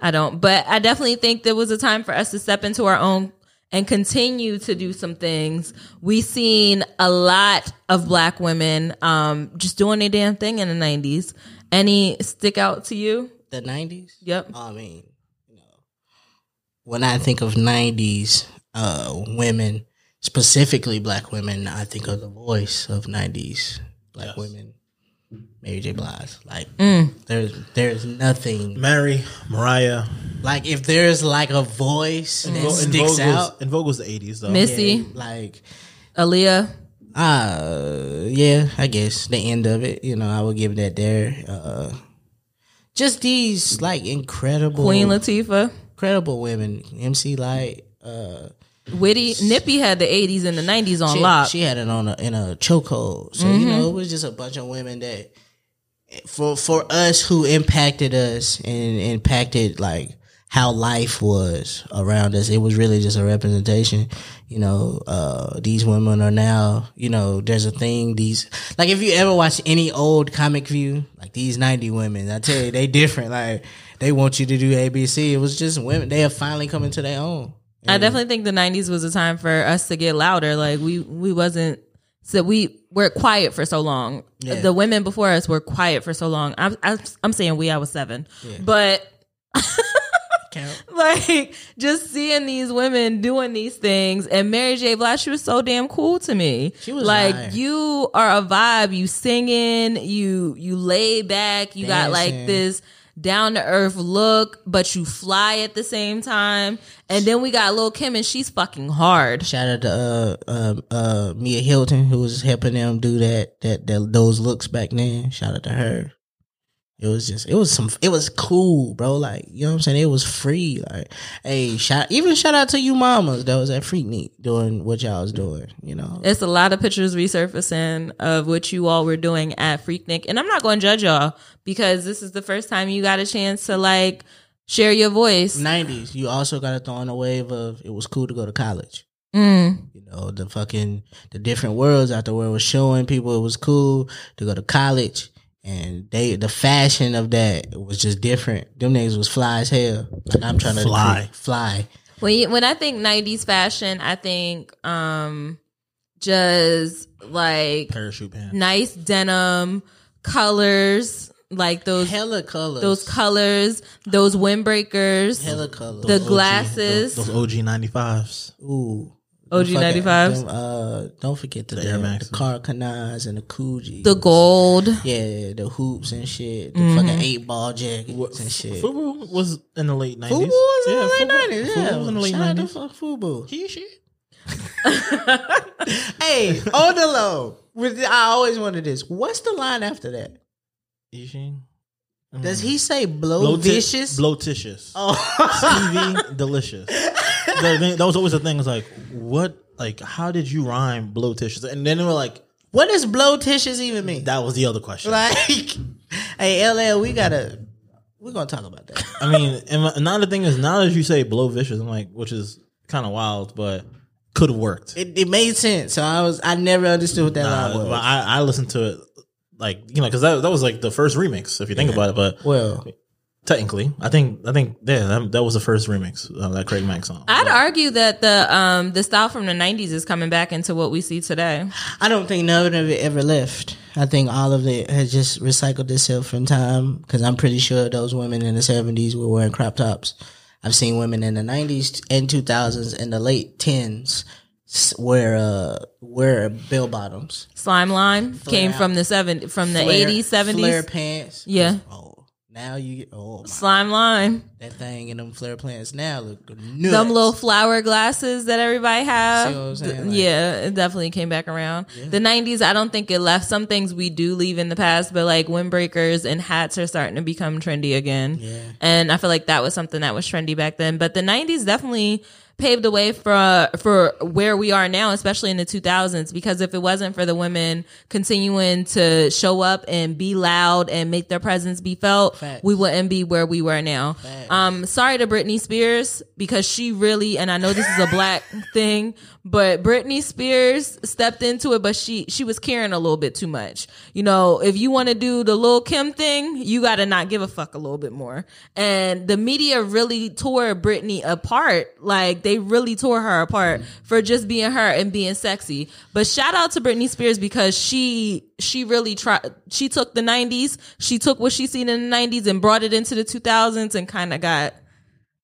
B: I don't. But I definitely think there was a time for us to step into our own and continue to do some things. We seen a lot of black women um, just doing their damn thing in the nineties. Any stick out to you?
A: The nineties.
B: Yep.
A: I mean, you know, when I think of nineties uh, women, specifically black women, I think of the voice of nineties black women. Mary J. Blige. Like
D: Mm.
A: there's there's nothing
D: Mary, Mariah,
A: like if there's like a voice that
D: Vo- and
A: sticks
D: Vogel's,
A: out.
D: And Vogel's the '80s though.
B: Missy,
A: Like
B: Aaliyah.
A: uh yeah, I guess the end of it. You know, I would give that there. Uh just these like incredible
B: Queen Latifah,
A: incredible women. MC Light. Uh,
B: Witty, Nippy had the '80s and the '90s on
A: she,
B: lock.
A: she had it on a, in a chokehold. So you know, it was just a bunch of women that for for us who impacted us and impacted like how life was around us. It was really just a representation. You know, uh, these women are now. You know, there's a thing. These like if you ever watch any old comic view, like these ninety women, I tell you, they different. Like they want you to do ABC. It was just women. They have finally come into their own.
B: I definitely think the '90s was a time for us to get louder. Like we we wasn't so we were quiet for so long.
A: Yeah.
B: The women before us were quiet for so long. I'm I'm, I'm saying we. I was seven, but
A: Count.
B: (laughs) like just seeing these women doing these things and Mary J. Blige, she was so damn cool to me.
A: She was
B: like
A: fire.
B: you are a vibe. You singing, you you lay back, you got like
A: Dancing.
B: this down to earth look, but you fly at the same time. And then we got Lil Kim and she's fucking hard.
A: Shout out to uh, um uh, Mia Hilton who was helping them do that, that that those looks back then. Shout out to her. It was just it was some it was cool, bro. Like you know what I'm saying. It was free. Like hey, shout even shout out to you mamas that was at Freaknik doing what y'all was doing. You know,
B: It's a lot of pictures resurfacing of what you all were doing at Freaknik. And I'm not going to judge y'all because this is the first time you got a chance to like share your voice.
A: 90s. You also got to throw in a wave of it was cool to go to college.
B: Mm.
A: You know, the fucking the different worlds out there where it was showing people it was cool to go to college and they the fashion of that was just different. Them niggas was fly as hell. Like I'm trying to
D: Fly.
A: fly.
B: When you, when I think '90s fashion, I think um just like
D: Parachute pants.
B: nice denim colors, like those
A: Hella colors.
B: those colors, those windbreakers,
A: hella colors.
B: the glasses.
D: Those OG '95s.
A: Ooh.
B: OG
A: Fucking-
B: 95s.
A: them, Uh, don't forget the,
D: The Air
A: damn-
D: Maxes.
A: the car canines and the coogee.
B: the gold. Mm-hmm.
A: Yeah, the hoops and shit. The fucking eight ball jackets and shit.
D: Fubu was in the late '90s.
A: Fubu was in
D: Yeah,
A: the late
D: Fubu-
A: nineties.
D: Fubu
A: Yeah,
D: was in the late
A: Shout out to
D: '90s.
A: fuck Fubu.
D: He shit.
A: (laughs) Hey, on the low. With I always wondered this. What's the line after that?
D: He shit.
A: Does
D: Mm.
A: he say blow,
D: Blowti-
A: vicious?
D: Blowticious.
A: oh. (laughs)
D: TV delicious. The thing- that was always the thing. Is like, what? Like, how did you rhyme blowticious? And then they were like,
A: what does blow tishes even mean?
D: that was the other question.
A: (laughs) Like, hey, LL, we gotta we're gonna talk about that.
D: I mean, and my- another thing is now that you say blow vicious, I'm like, which is kind of wild, but could have worked.
A: It, it made sense. So I was I never understood what that
D: Uh,
A: line was.
D: but I, I listened to it like you know because that, that was like the first remix if you think about it. But
A: well,
D: technically, I think I think yeah, that, that was the first remix uh, that Craig Mack song.
B: I'd argue that the um the style from the '90s is coming back into what we see today.
A: I don't think none of it ever left. I think all of it has just recycled itself in time because I'm pretty sure those women in the 70s were wearing crop tops. I've seen women in the 90s and 2000s and the late 10s s- wear uh wear bell bottoms,
B: Slime line came
A: Flare.
B: from the seven from the
A: Flare-
B: '80s, '70s.
A: flare pants.
B: Yeah.
A: Oh, now you get oh my,
B: Slime line.
A: that thing in them flare pants now look nuts.
B: Them little flower glasses that everybody have.
A: See what I'm saying?
B: Th- yeah, it definitely came back around. The 90s, I don't think it left. Some things we do leave in the past, but like windbreakers and hats are starting to become trendy again.
A: Yeah.
B: And I feel like that was something that was trendy back then. But the 90s definitely paved the way for for where we are now, especially in the 2000s, because if it wasn't for the women continuing to show up and be loud and make their presence be felt,
A: Facts.
B: we wouldn't be where we were now. Um, sorry to Britney Spears because she really, and I know this is a black (laughs) thing, but Britney Spears stepped into it, but she she was caring a little bit too much. You know, if you want to do the Lil Kim thing, you got to not give a fuck a little bit more. And the media really tore Britney apart. Like they really tore her apart for just being her and being sexy. But shout out to Britney Spears because she she really tried. She took the '90s. She took what she seen in the '90s and brought it into the 2000s and kind of got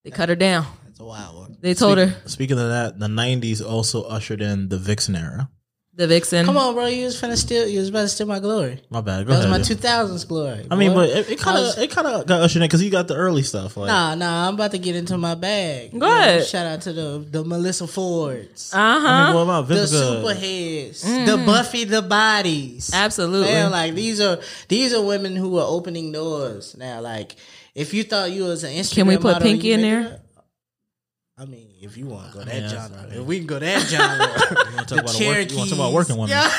B: they cut her down.
A: That's a wild one.
B: They told her
D: Speaking of that, the '90s also ushered in the Vixen era.
B: The Vixen.
A: Come on, bro. You was finna steal. You was about to steal my glory.
D: My bad. Go
A: That was
D: ahead.
A: my
D: yeah.
A: two thousands glory.
D: I mean,
A: boy.
D: but it kind of it kind of got ushered in because he got the early stuff. Like,
A: nah, nah. I'm about to get into my bag.
B: Go ahead.
A: Shout out to the the Melissa Fords,
B: Uh
D: I
B: huh.
D: mean, what about
A: the
D: Vivica?
A: superheads, the Buffy the bodies.
B: Absolutely.
A: Man, like these are these are women who are opening doors now. Like if you thought you was an Instagram,
B: Can we put
A: model and
B: Pinky
A: you
B: in
A: made
B: there?
A: it up- I mean, if you want to go that
D: mean, that's-
A: genre,
D: I
A: if we can go that
B: (laughs)
A: genre,
D: You (laughs) want to talk
A: the
D: about a work, you want to talk about working women?
A: Yeah.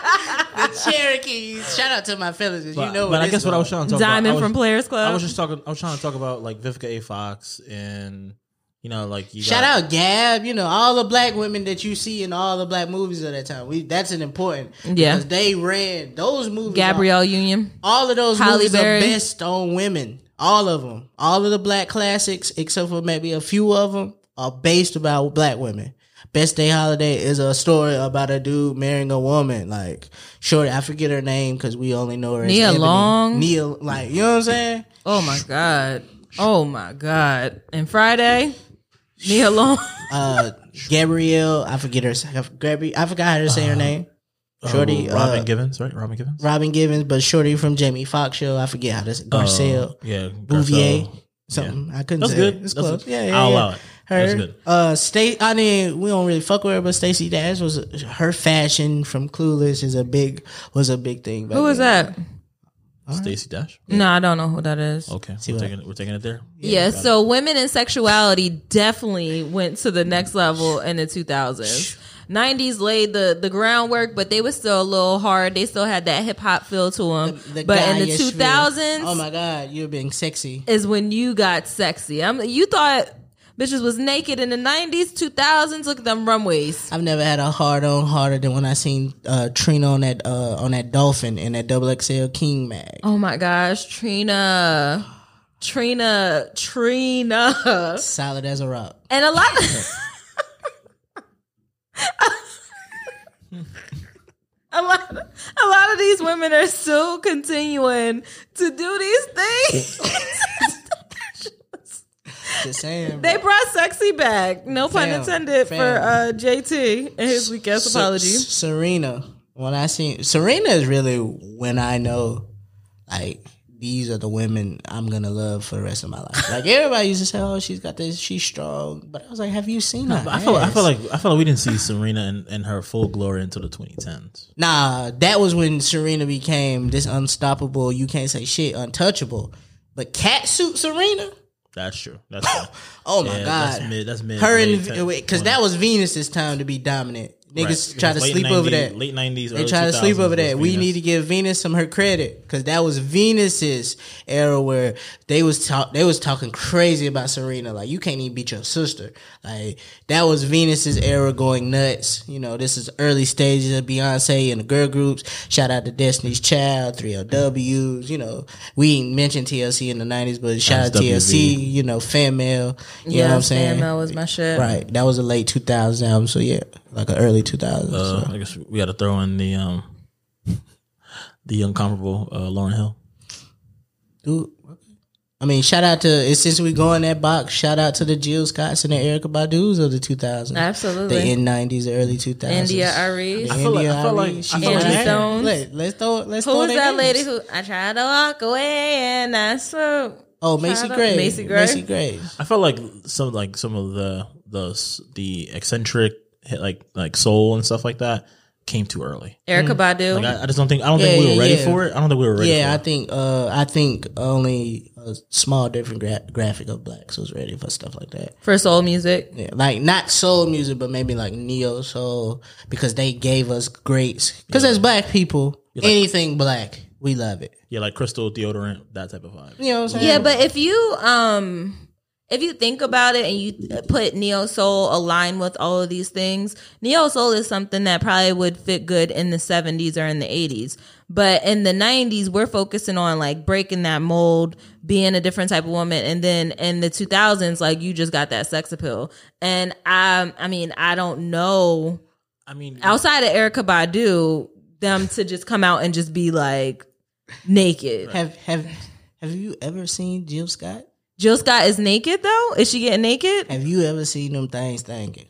A: the Cherokees. Shout out to my fellas, 'cause
D: But,
A: you know.
D: but
A: where
D: I
A: this
D: guess what I was
A: going.
D: trying to talk
B: Diamond
D: about, I was,
B: from Players Club.
D: I was just talking. I was trying to talk about like Vivica A. Fox and you know like you
A: Shout
D: got,
A: out Gab, you know all the black women that you see in all the black movies of that time. We that's an important,
B: Yeah.
A: because they ran those movies.
B: Gabrielle Union.
A: all of those
B: Halle
A: movies
B: Berry.
A: are best on women. All of them, all of the black classics, except for maybe a few of them, are based about black women. Best Day Holiday is a story about a dude marrying a woman. Like, shorty, I forget her name because we only know her. as
B: Nia
A: Ebony.
B: Long?
A: Nia, like you know what I'm saying?
B: Oh my god. Oh my god. And Friday, Nia Long. (laughs)
A: uh Gabrielle, I forget her. Gabri, I forgot how to
B: Uh-huh.
A: say her name. Shorty,
D: uh, Robin
A: uh,
D: Givens, right? Robin Givens,
A: Robin Givens, but Shorty from Jamie Foxx show. I forget how to say Garcelle,
D: yeah,
A: Bouvier,
D: Oh, Garcelle.
A: something. I couldn't.
D: That's
A: say
D: good.
A: It. It's
D: That's
A: close.
D: good.
A: Yeah, yeah,
D: I'll
A: yeah.
D: allow it.
A: Her,
D: That's good.
A: uh, state. I mean, we don't really fuck with her, but Stacey Dash was her fashion from Clueless is a big was a big thing. back
B: Who was
A: then.
B: that?
D: Stacy Dash.
B: No, I don't know who that is.
D: Okay, we're
A: what-
D: taking, it, we're taking it there.
B: Yeah, so women and sexuality definitely went to the next level in the 2000s. 90s laid the, the groundwork, but they were still a little hard. They still had that hip hop feel to them.
A: The
B: but in the
A: guy, yes,
B: 2000s
A: Oh my God, you're being sexy.
B: is when you got sexy. I'm, you thought bitches was naked in the 90s, 2000s. Look at them runways.
A: I've never had a hard on harder than when I seen uh, Trina on that uh, on that dolphin in that double XL King mag.
B: Oh my gosh, Trina. Trina, (laughs) Trina.
A: solid as a rock.
B: And a lot (laughs) A lot, a lot of these women are still continuing to do these things. (laughs)
A: Just saying.
B: they brought sexy back, no pun
A: Fam,
B: intended,
A: fam.
B: for uh, JT and his weak ass apology.
A: S- Serena. When I see Serena is really when I know, like these are the women I'm gonna love for the rest of my life.
D: (laughs)
A: Like everybody used to say, "Oh, she's got this. She's strong," but I was like, "Have you seen her?"
D: I feel, I
A: ass?
D: feel like I feel like we didn't see Serena in, in her full glory until the 2010s.
A: nah. That was when Serena became this unstoppable. You can't say shit, untouchable. But catsuit Serena.
D: That's true. That's true.
A: Oh my
D: Yeah,
A: god.
D: that's mid. That's mid.
A: her and
D: late 10s,
A: because that was Venus's time to be dominant.
D: right.
A: (laughs) Niggas
D: It
A: try to
D: was late
A: sleep over
D: 90s
A: that.
D: Late 90s.
A: They try to sleep over that. We need to
D: to.
A: give Venus some her credit because that was Venus's era where they was talk they was talking crazy about Serena. Like you can't even beat your sister. Like that was Venus's era going nuts. You know, this is early stages of Beyonce and the girl groups. Shout out to Destiny's Child, 3LWs. You know, we ain't mentioned TLC in the nineties, but shout out
D: That's
A: TLC.
D: WV.
A: You know, fan mail. You know what I'm saying?
B: That was my shit.
A: Right. That was a late 2000s album. So yeah, like an early 2000s.
D: Uh,
A: so.
D: I guess we got to throw in the um (laughs) the incomparable uh, Lauren Hill.
A: Dude. I mean, shout out to and since we go in that box. Shout out to the Jill Scotts and the Erica Badu's of the 2000s,
B: Absolutely.
A: the end 90s, the early 2000s.
B: India Aries.
A: I
D: feel like-
A: India,
D: I feel like-
A: Ari,
D: I
A: she's
D: feel
A: on
B: like-
A: there.
B: Stones.
A: Let, let's throw. Let's
B: Who
A: throw
B: was
A: their
B: that
A: names.
B: lady who I tried to walk away and I swoop?
A: Oh, Macy
B: Shout out-
A: Gray.
B: Macy Gray.
A: Macy Gray.
D: I felt like some like some of the the the eccentric like like soul and stuff like that came too early.
B: Erica
A: Hmm.
B: Badu.
D: Like I, I just don't think I don't think
A: Yeah,
D: we were
A: yeah,
D: ready
A: yeah.
D: for it. I don't think we were ready.
A: Yeah, I
D: for it.
A: think. Uh, I think only a small different gra- graphic of blacks was ready for stuff like that.
B: for soul music.
A: Yeah, like not soul music, but maybe like neo soul because they gave us greats. Because as black people, anything black, we love it.
D: yeah, like crystal deodorant, that type of vibe.
A: You know what I'm saying?
B: Yeah, but if you um if you think about it and you put neo soul align with all of these things, neo soul is something that probably would fit good in the 70s or in the 80s. But in the 90s, we're focusing on like breaking that mold, being a different type of woman, and then in the 2000s, like you just got that sex appeal. And I, I mean, I don't know
D: I mean,
B: outside of Erica Badu, them to just come out and just be like naked.
A: Have have have you ever seen Jill Scott?
B: Jill Scott is naked though. Is she getting naked?
A: Have you ever seen them things thinking?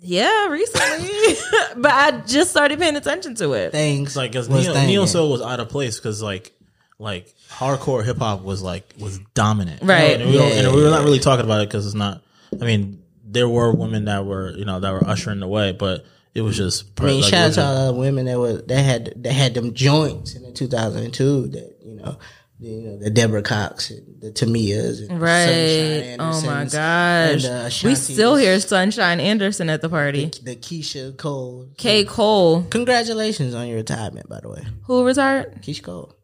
B: Yeah, recently, (laughs) but I just started paying attention to it.
A: Things
D: Like, because
A: was
D: neo,
A: thangin'.
D: neo soul was out of place because like like hardcore hip hop was like was dominant,
B: Right.
D: And we, don't-
A: Yeah,
D: and we were not really talking about it because it's not. I mean, there were women that were you know that were ushering the way, but it was just.
A: I mean,
D: like, it
A: shout out
D: was
A: to
D: just-
A: all the women that was that had that had them joints in the 2002 that you know, the, you know the Deborah Cox and the Tamias and
B: Right.
A: Sunshine
B: Oh my
A: Andersons and,
B: gosh.
A: uh,
B: we
A: Shanti's,
B: still hear Sunshine Anderson at the party.
A: the Keisha Cole.
B: K. Cole.
A: Congratulations on your retirement, by the way,
B: Who retired?
A: Keisha Cole.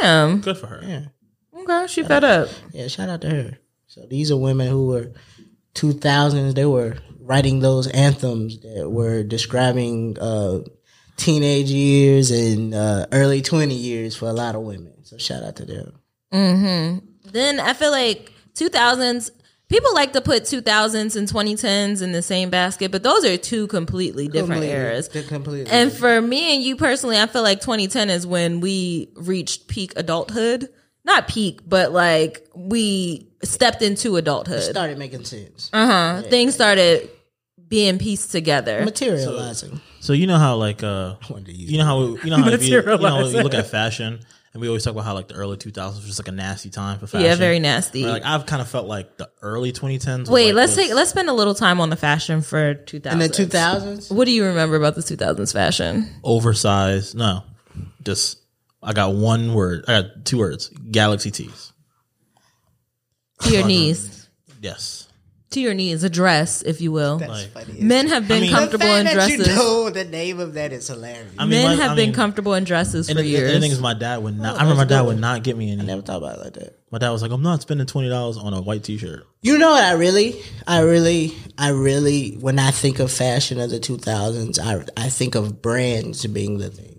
B: Damn.
D: good for her.
A: Yeah,
B: Okay, she fed up.
A: yeah. Shout out to her. So these are women who were 2000s. They were writing those anthems that were describing uh, teenage years and uh, early 20 years for a lot of women. So shout out to them.
B: Then I feel like 2000s, people like to put 2000s and 2010s in the same basket, but those are two completely different eras.
A: They're completely.
B: And for me and you personally, I feel like 2010 is when we reached peak adulthood. Not peak, but like we stepped into
A: It
B: adulthood.
A: started making sense.
B: Uh-huh. Things started being pieced together.
A: Materializing.
D: So you know how
A: (laughs)
D: like uh
A: Wanted to use
D: you know how we,
A: (laughs)
D: you know how we, you know
B: Materialize.
D: we look at fashion and we always talk about how like the early 2000s was just like a nasty time for fashion.
B: Yeah, very nasty.
D: But, like I've kind of felt like the early 2010s. was,
B: Wait,
D: like,
B: let's
D: was-
B: take let's spend a little time on the fashion for 2000.
A: In the 2000s,
B: What do you remember about the 2000s fashion?
D: oversized. No, just I got one word. I got two words. Galaxy tees.
B: To your knees.
D: Yes.
B: To your knees, a dress, if you will.
A: that's funny.
B: Men have been
D: mean-
B: comfortable in dresses.
A: You know the name of that is hilarious.
D: I
B: Men
D: my-
B: have
D: I
B: been
D: mean,
B: comfortable in dresses
D: And
B: for
D: the,
B: years. Oh,
D: the thing is, my dad would not. I remember my dad would not get me
A: I
D: any.
A: never thought about it like that.
D: My dad was like, "I'm not spending twenty dollars on a white T-shirt."
A: You know what? I really, I really, I really. When I think of fashion of the 2000s, I I think of brands being the thing.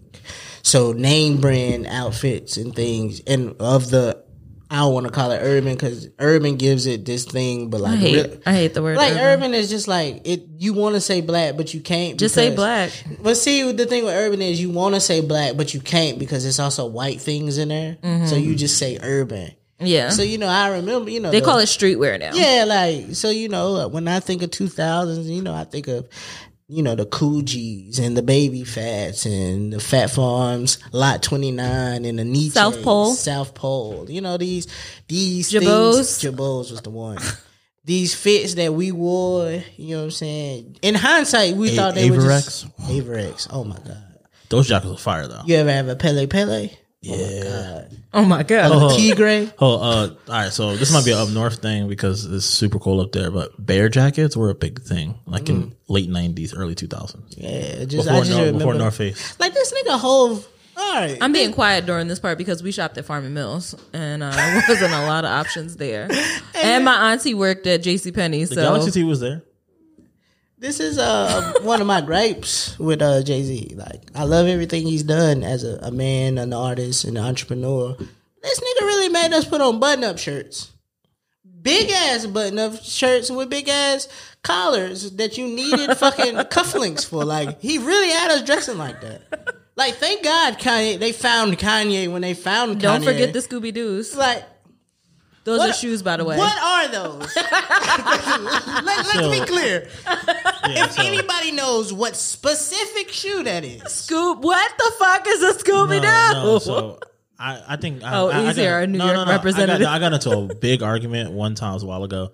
A: So name brand outfits and things, and of the. I don't want to call it urban because urban gives it this thing, but
B: I
A: like
B: hate
A: re-
B: I hate the word
A: like urban.
B: urban.
A: is just like it. You want to say black, but you can't.
B: Just say
A: because-
B: black.
A: But see, the thing with urban is you want to say black, but you can't because it's also white things in there.
B: Mm-hmm.
A: So you just say urban.
B: Yeah.
A: So you know, I remember. You know,
B: they
A: the-
B: call it streetwear now.
A: yeah, like so. You know, like, when I think of two thousands, you know, I think of you know the Coogis and the baby fats and the fat farms, lot twenty nine and the Nietzsche,
B: South Pole.
A: South Pole. You know these these
B: Jabos.
A: things. Jabos was the one. These fits that we wore, you know what I'm saying. In hindsight, we
D: A-
A: thought they were just
D: Averex.
A: Averex. Oh my god!
D: Those jackets were fire though.
A: You ever have a Pele Pele?
D: Yeah.
B: Oh my god.
A: Oh. Tigre.
D: Oh, uh, all right. So this might be an up north thing because it's super cold up there. But bear jackets were a big thing, like
B: Mm.
D: in late nineties, early two thousands.
A: Yeah, just I
D: Before,
A: just
D: Nor-
A: remember
D: before North Face,
A: like this nigga Hove. All right.
B: I'm being quiet during this part because we shopped at Farm and Mills and uh, there wasn't a lot of options there. And my auntie worked at JCPenney, so
D: Galaxy T
B: (laughs)
D: was there.
A: This is uh one of my gripes with uh Jay Z. Like I love everything he's done as a, a man, an artist, an entrepreneur. This nigga really made us put on button up shirts. Big ass button up shirts with big ass collars that you needed
B: (laughs)
A: fucking cufflinks for. Like he really had us dressing like that. Like thank God Kanye they found Kanye when they found Kanye.
B: don't forget the Scooby Doo's.
A: It's like
B: Those are
A: What-
B: shoes, by the way.
A: what are those? (laughs) Let, let's be clear.
D: Yeah,
A: if
D: so-
A: anybody knows what specific shoe that is,
B: Scoop? What the fuck is a Scooby
D: no,
B: Doo?
D: no, so I, I think. I,
B: Oh,
D: I, I
B: he's
D: got-
B: our New York
D: I got-
B: representative.
D: I got, into a big argument one time it was a while ago.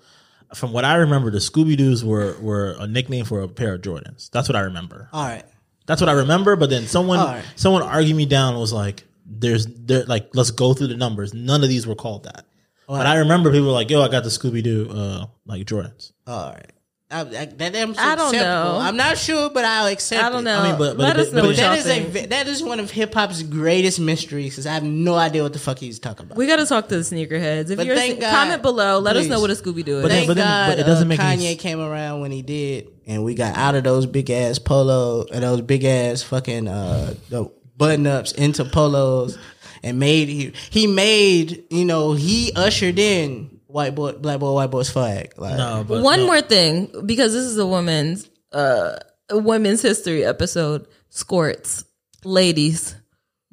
D: From what I remember, the Scooby Doo's were were a nickname for a pair of Jordans. That's what I remember.
A: all right.
D: That's what I remember. But then someone
A: All right.
D: someone argued me down and was like, "There's there like let's go through the numbers. None of these were called that." But I remember people were like, "Yo, I got the Scooby Doo uh, like Jordans."
A: All right. I, I, that, that's
B: I
A: acceptable.
B: don't know.
A: I'm not sure, but I'll accept.
B: I don't
A: it.
B: know.
D: I mean, but- but
B: Let
D: it-
B: us know
D: but
B: what
D: it-
B: y'all
A: That is a
B: think.
A: ve- that is one of hip hop's greatest mysteries because I have no idea what the fuck he's talking about.
B: We got to talk to the sneakerheads. If
A: But
B: you're
A: thank God.
B: comment below, let us
A: Please.
B: know what a Scooby Doo is.
D: But then-
A: Thank God
D: but it doesn't
A: uh,
D: make
A: Kanye
D: any s-
A: came around when he did, and we got out of those big ass polo and those big ass fucking uh, the button ups into polos, and made he he made you know he ushered in white boy black boy white boy's flag. Like,
D: No, but
B: One more thing, because this is a woman's uh a women's history episode. Squirts, ladies,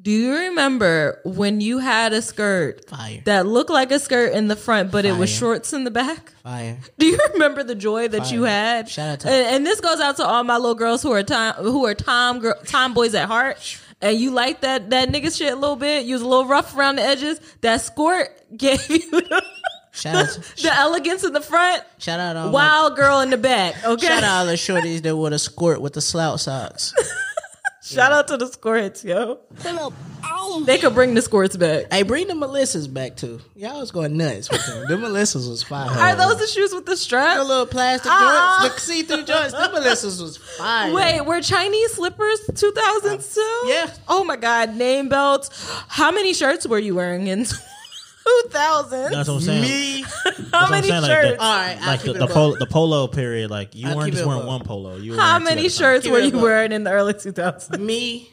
B: Do you remember when you had a skirt
A: Fire.
B: that looked like a skirt in the front, but it was
A: Fire.
B: shorts in the back? (laughs)
A: Fire.
B: Do you remember the joy that you had?
A: Shout out to-
B: and, and this goes out to all my little girls who are time who are tom girl, tomboys at heart. And you like that that nigga shit a little bit. You was a little rough around the edges. That skirt (laughs) gave you the,
A: Shout out. to-
B: (laughs) the elegance in the front,
A: shout out all my
B: wild girl in the back. Okay,
A: Shout out all the shorties that wore the squirt with the slouch socks.
B: (laughs) Shout out to the squirts, yo.
A: Pull up. Ow.
B: They could bring the squirts back.
A: Hey, bring the Melissa's back too. Y'all was going nuts with them. the Melissa's was fire.
B: Are those the shoes with the
A: the
B: strap?
A: little plastic
B: Ah.
A: joints, the see-through joints? The Melissa's was fire.
B: Wait, were Chinese slippers 2000s too?
A: yeah.
B: Oh my God, name belts. How many shirts were you wearing in (laughs) 2000?
D: That's what I'm saying.
A: me.
B: How
D: That's what I'm
B: many
D: saying,
B: shirts?
D: Like the, Oh,
A: All right, I'll
D: like
A: keep
D: the,
A: it
D: the,
A: above.
D: polo, the polo period. Like you
A: I'll
D: weren't
A: keep
D: just
A: it
D: wearing
A: above.
D: one polo. You were
B: How
D: wearing two at
B: many
D: a time.
B: shirts
A: Keep
B: were
A: it
B: you
A: above.
B: wearing in the early 2000s?
A: me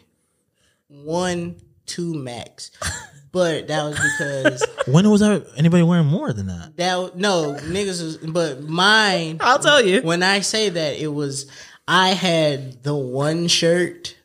A: one two max but that was because
B: (laughs)
D: When was that? Anybody wearing more than that?
A: that wa- no niggas was, but mine
B: I'll tell you.
A: when i say that it was i had the one shirt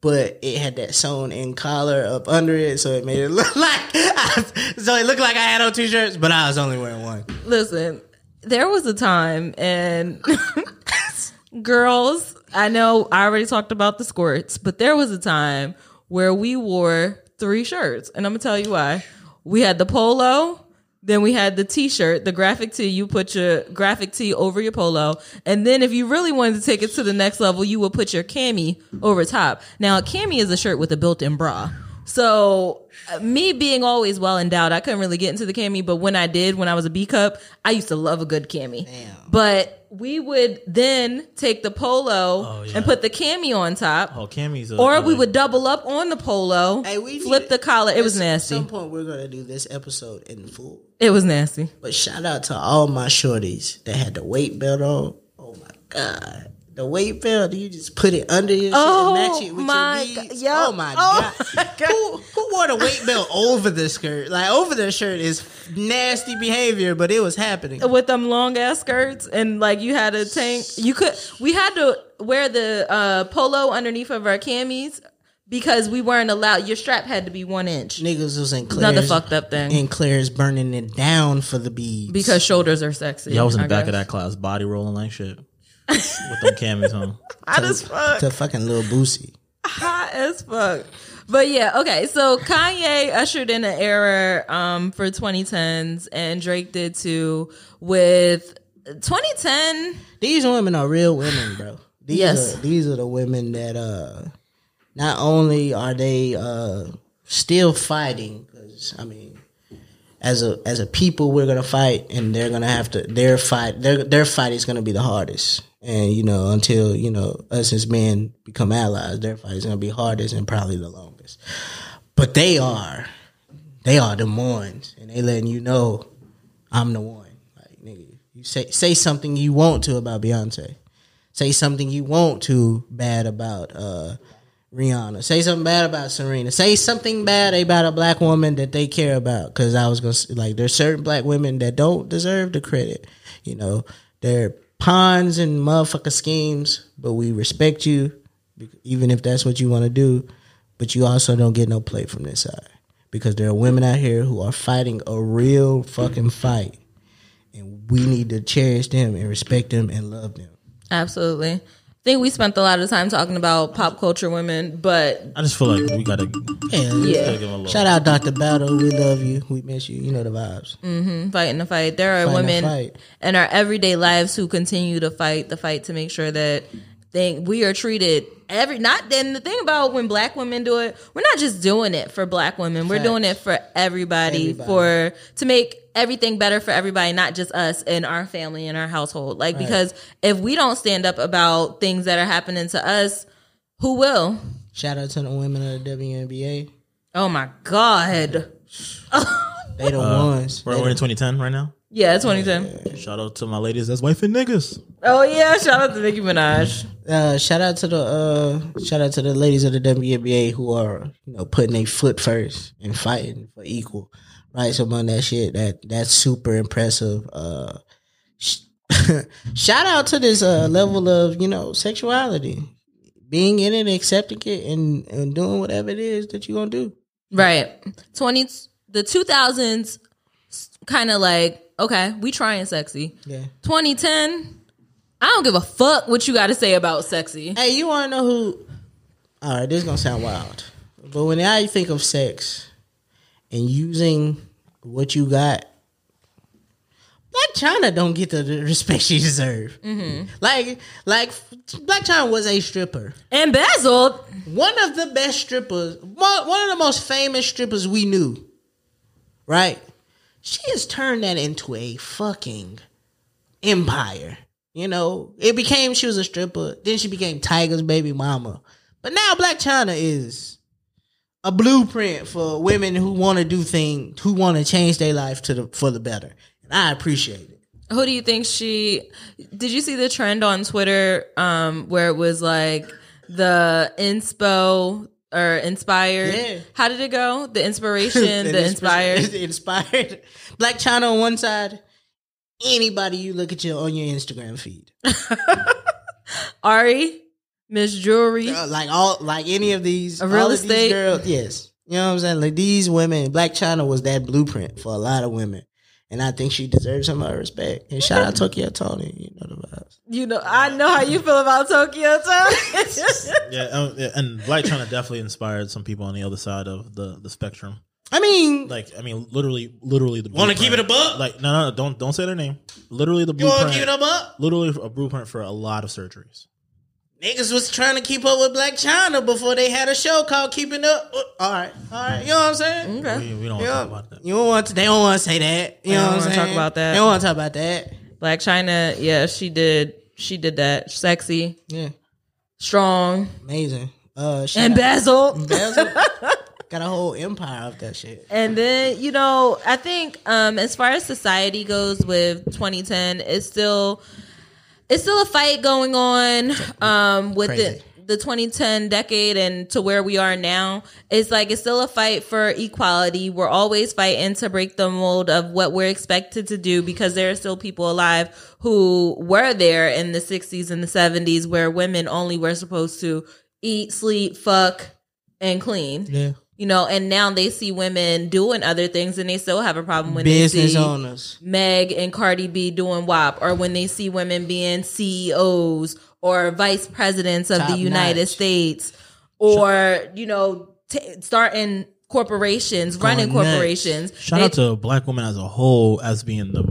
A: but it had that sewn in collar up under it so it made it (laughs) look like I, so it looked like i had on two shirts but i was only wearing one
B: Listen, there was a time and (laughs) girls, I know I already talked about the squirts, but there was a time where we wore three shirts. And I'm going to tell you why. We had the polo, then we had the t shirt, the graphic tee. You put your graphic tee over your polo. And then if you really wanted to take it to the next level, you would put your cami over top. Now, a cami is a shirt with a built in bra. So, uh, me being always well endowed, I couldn't really get into the cami, but when I did, when I was a B cup, I used to love a good cami. But we would then take the polo
D: Oh, yeah.
B: and put the cami on top,
D: Oh, Cammy's. A,
B: or we would double up on the polo,
A: Hey, we
B: flip
A: need-
B: the collar. It was
A: at
B: nasty.
A: some point we're gonna do this episode in full
B: It was nasty.
A: But shout out to all my shorties that had the weight belt on. Oh my god. The weight belt, you just put it under your
B: Oh
A: shit and match it with
B: my
A: your
B: g-
A: knees.
B: yeah.
A: Oh my
B: Oh
A: god.
B: my God.
A: Who, who wore the weight belt over the skirt? Like over the shirt is nasty behavior, but it was happening.
B: with them long ass skirts and like you had a tank you could we had to wear the uh polo underneath of our camis because we weren't allowed your strap had to be one inch
A: Niggas was in Claire's
B: another fucked up thing
A: in Claire's burning it down for the beads.
B: because shoulders are sexy
D: Yeah, I was in the back
B: guess.
D: of that class, body rolling like
B: (laughs)
D: shit with them Cammys on.
B: hot as fuck
A: to fucking little Boosie.
B: hot as fuck but yeah okay so kanye ushered in an era um for 2010s and drake did too with 2010
A: These women are real women, bro. These
B: Yes.
A: are, these are the women that uh, not only are they uh, still fighting, 'cause, I mean, as a as a people, we're gonna fight, and they're gonna have to their fight their their fight is gonna be the hardest, and you know until you know us as men become allies, their fight is gonna be hardest and probably the longest. But they are, they are the ones, and they letting you know I'm the one. Like nigga, you say say something you want to about Beyonce. Say something you want to bad about uh Rihanna. Say something bad about Serena. Say something bad about a black woman that they care about. Cause I was gonna s- like there's certain black women that don't deserve the credit. You know, they're pawns and motherfucker schemes, but we respect you, bec- even if that's what you want to do. But you also don't get no play from this side because there are women out here who are fighting a real fucking fight, and we need to cherish them and respect them and love them.
B: Absolutely. I think we spent a lot of time talking about pop culture women, but
D: I just feel like we gotta,
A: yeah.
D: gotta give them a little.
A: Shout out Dr. Battle. We love you. We miss you. You know the vibes.
B: fighting the fight. There are
A: Fighting the
B: women
A: fight.
B: in our everyday lives who continue to fight the fight to make sure that they, we are treated every not then the thing about when black women do it, we're not just doing it for black women. We're
A: Facts.
B: doing it for everybody,
A: Everybody.
B: for to make everything better for everybody, not just us and our family and our household. Like because if we don't stand up about things that are happening to us, who will?
A: Shout out to the women of the WNBA.
B: Oh my God.
A: They the ones.
D: We're, we're in 2010 right now.
B: Yeah, 2010.
D: Shout out to my ladies. That's wife and niggas.
B: Oh yeah, shout out to Nicki Minaj.
A: Uh, shout out to the uh, shout out to the ladies of the WNBA who are you know putting their foot first and fighting for equal rights among that shit. That that's super impressive. Uh, (laughs) sh- shout out to this uh, level of you know sexuality. being in it, accepting it, and, and doing whatever it is that you're gonna do.
B: Right. 20 the 2000s kind of like, okay, we trying sexy.
A: Yeah.
B: 2010, I don't give a fuck what you got to say about sexy.
A: Hey, you wanna know who? All right, this is gonna sound wild, but when I think of sex and using what you got, Black China don't get the respect she deserve. Like, like Black China was a stripper.
B: Embezzled.
A: one of the best strippers, mo- one of the most famous strippers we knew, right? She has turned that into a fucking empire. You know, it became she was a stripper, then she became Tiger's baby mama. But now Black China is a blueprint for women who want to do things, who want to change their life to the for the better. And I appreciate it.
B: Who do you think she Did you see the trend on Twitter um where it was like the inspo or inspired?
A: Yeah.
B: How did it go? (laughs) The inspiration, the
A: (laughs)
B: inspired.
A: inspired. Black China on one side, anybody you look at you on your Instagram feed.
B: Ari, Miss Jewelry. (laughs)
A: Uh, like all like any of these
B: Real
A: all of these
B: estate.
A: girls, yes. You know what I'm saying? Like these women, Black China was that blueprint for a lot of women. And I think she deserves some of her respect. And shout out Tokyo Tony, you know the vibes.
B: You know, I know how you feel about Tokyo (laughs) Town.
D: Yeah, um, yeah, and Black China definitely inspired some people on the other side of the, the spectrum.
A: I mean,
D: Like, I mean, literally, literally the
C: Want to keep it
D: blueprint.
C: above?
D: Like, no, no, no, don't don't say their name. Literally the
C: you want to
D: blueprint.
C: keep it above?
D: literally a blueprint for a lot of surgeries.
A: niggas was trying to keep up with Black China before they had a show called Keeping Up. Uh, All right, all right. You know what I'm saying?
B: okay.
D: We, we don't want to talk about that.
A: You don't want to, they don't want to say that. You know
B: They don't
A: what I'm
B: wanna
A: saying?
B: talk about that.
A: They don't want to talk about that.
B: Black China, yeah, she did. She did that. Sexy,
A: Yeah,
B: strong,
A: amazing. Uh, shout (laughs) out-
B: embezzled.
A: Embezzled. Got a whole empire off that shit.
B: And then, you know, I think um as far as society goes with 2010, it's still it's still a fight going on um with
A: Crazy.
B: the the 2010 decade and to where we are now. It's like it's still a fight for equality. We're always fighting to break the mold of what we're expected to do because there are still people alive who were there in the 60s and the 70s where women only were supposed to eat, sleep, fuck, and clean
A: Yeah.
B: you know and now they see women doing other things and they still have a problem when they
A: business
B: see
A: owners.
B: meg and cardi b doing wop or when they see women being ceos or vice presidents of the
A: Top
B: united
A: notch.
B: states or you know t- starting corporations running
A: nuts.
B: corporations
D: Shout
B: They-
D: out to black women as a whole as being the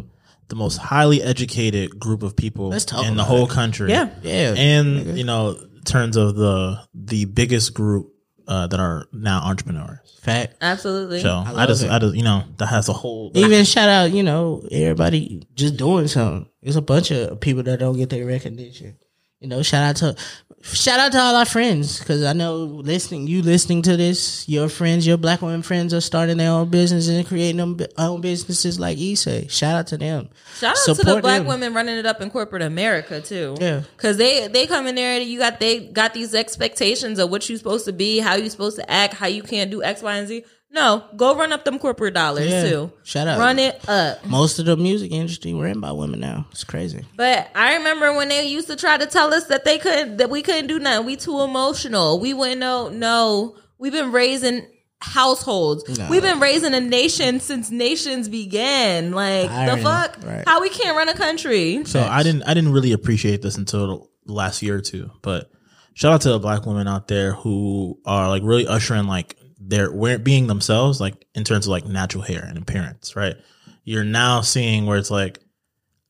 D: the most highly educated group of people
A: Let's talk
D: in the
A: about
D: whole country.
B: Yeah.
A: Yeah.
D: And you know, in terms of the the biggest group uh, that are now entrepreneurs.
A: Fact.
B: absolutely
D: So I, just I just you know, that has a whole
A: Even shout out, you know, everybody just doing something. There's a bunch of people that don't get their recognition. You know, shout out to shout out to all our friends because I know listening, you listening to this, your friends, your black women friends are starting their own business and creating them own businesses like Issa. Shout out to them.
B: Shout out to the
A: Support
B: black
A: them.
B: women running it up in corporate America too.
A: Yeah.
B: Cause they they come in there you got they got these expectations of what you supposed to be, how you supposed to act, how you can't do X, Y, and Z. No, go run up them corporate dollars
A: Yeah.
B: too.
A: Shout out.
B: Run it up.
A: Most of the music industry ran by women now. It's crazy.
B: But I remember when they used to try to tell us that they couldn't that we couldn't do nothing. We too emotional. We wouldn't know no. We've been raising households. We've been raising a nation since nations began. Like
A: Irony.
B: the fuck?
A: Right.
B: How we can't run a country.
D: So I didn't I didn't really appreciate this until the last year or two. But shout out to the black women out there who are like really ushering like their wear being themselves, like in terms of like natural hair and appearance, right? You're now seeing where it's like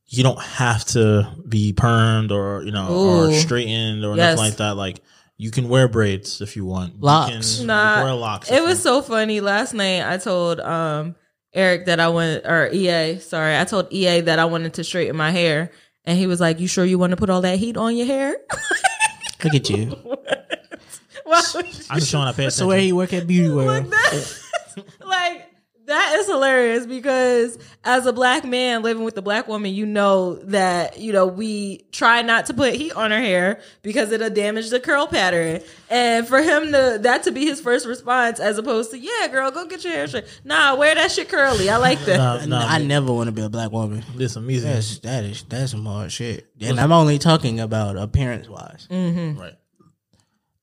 D: you don't have to be permed or you know or
B: Ooh.
D: straightened or
B: Yes.
D: nothing like that. Like you can wear braids if you want. You
A: Locks.
D: can
B: Nah,
D: wear locks. if
B: It
D: you
B: was so funny. Last night I told um Eric that I went or EA, sorry, I told EA that I wanted to straighten my hair. And he was like, You sure you want to put all that heat on your hair? (laughs)
A: Look at you.
B: Why would you
D: I'm just trying to pay
A: That's the way
D: attention.
A: you work at Beauty
B: like
A: World.
B: that? (laughs) like that is hilarious because as a black man living with a black woman, you know that, you know, we try not to put heat on her hair because it'll damage the curl pattern. And for him to that to be his first response as opposed to, yeah, girl, go get your hair straight. Nah, wear that shit curly. I like that.
D: Nah, Uh, nah,
A: I never want to be a black woman.
D: this amazing.
A: That's that
B: Mm-hmm.
A: is that's some hard shit. And I'm only talking about appearance wise.
D: Right.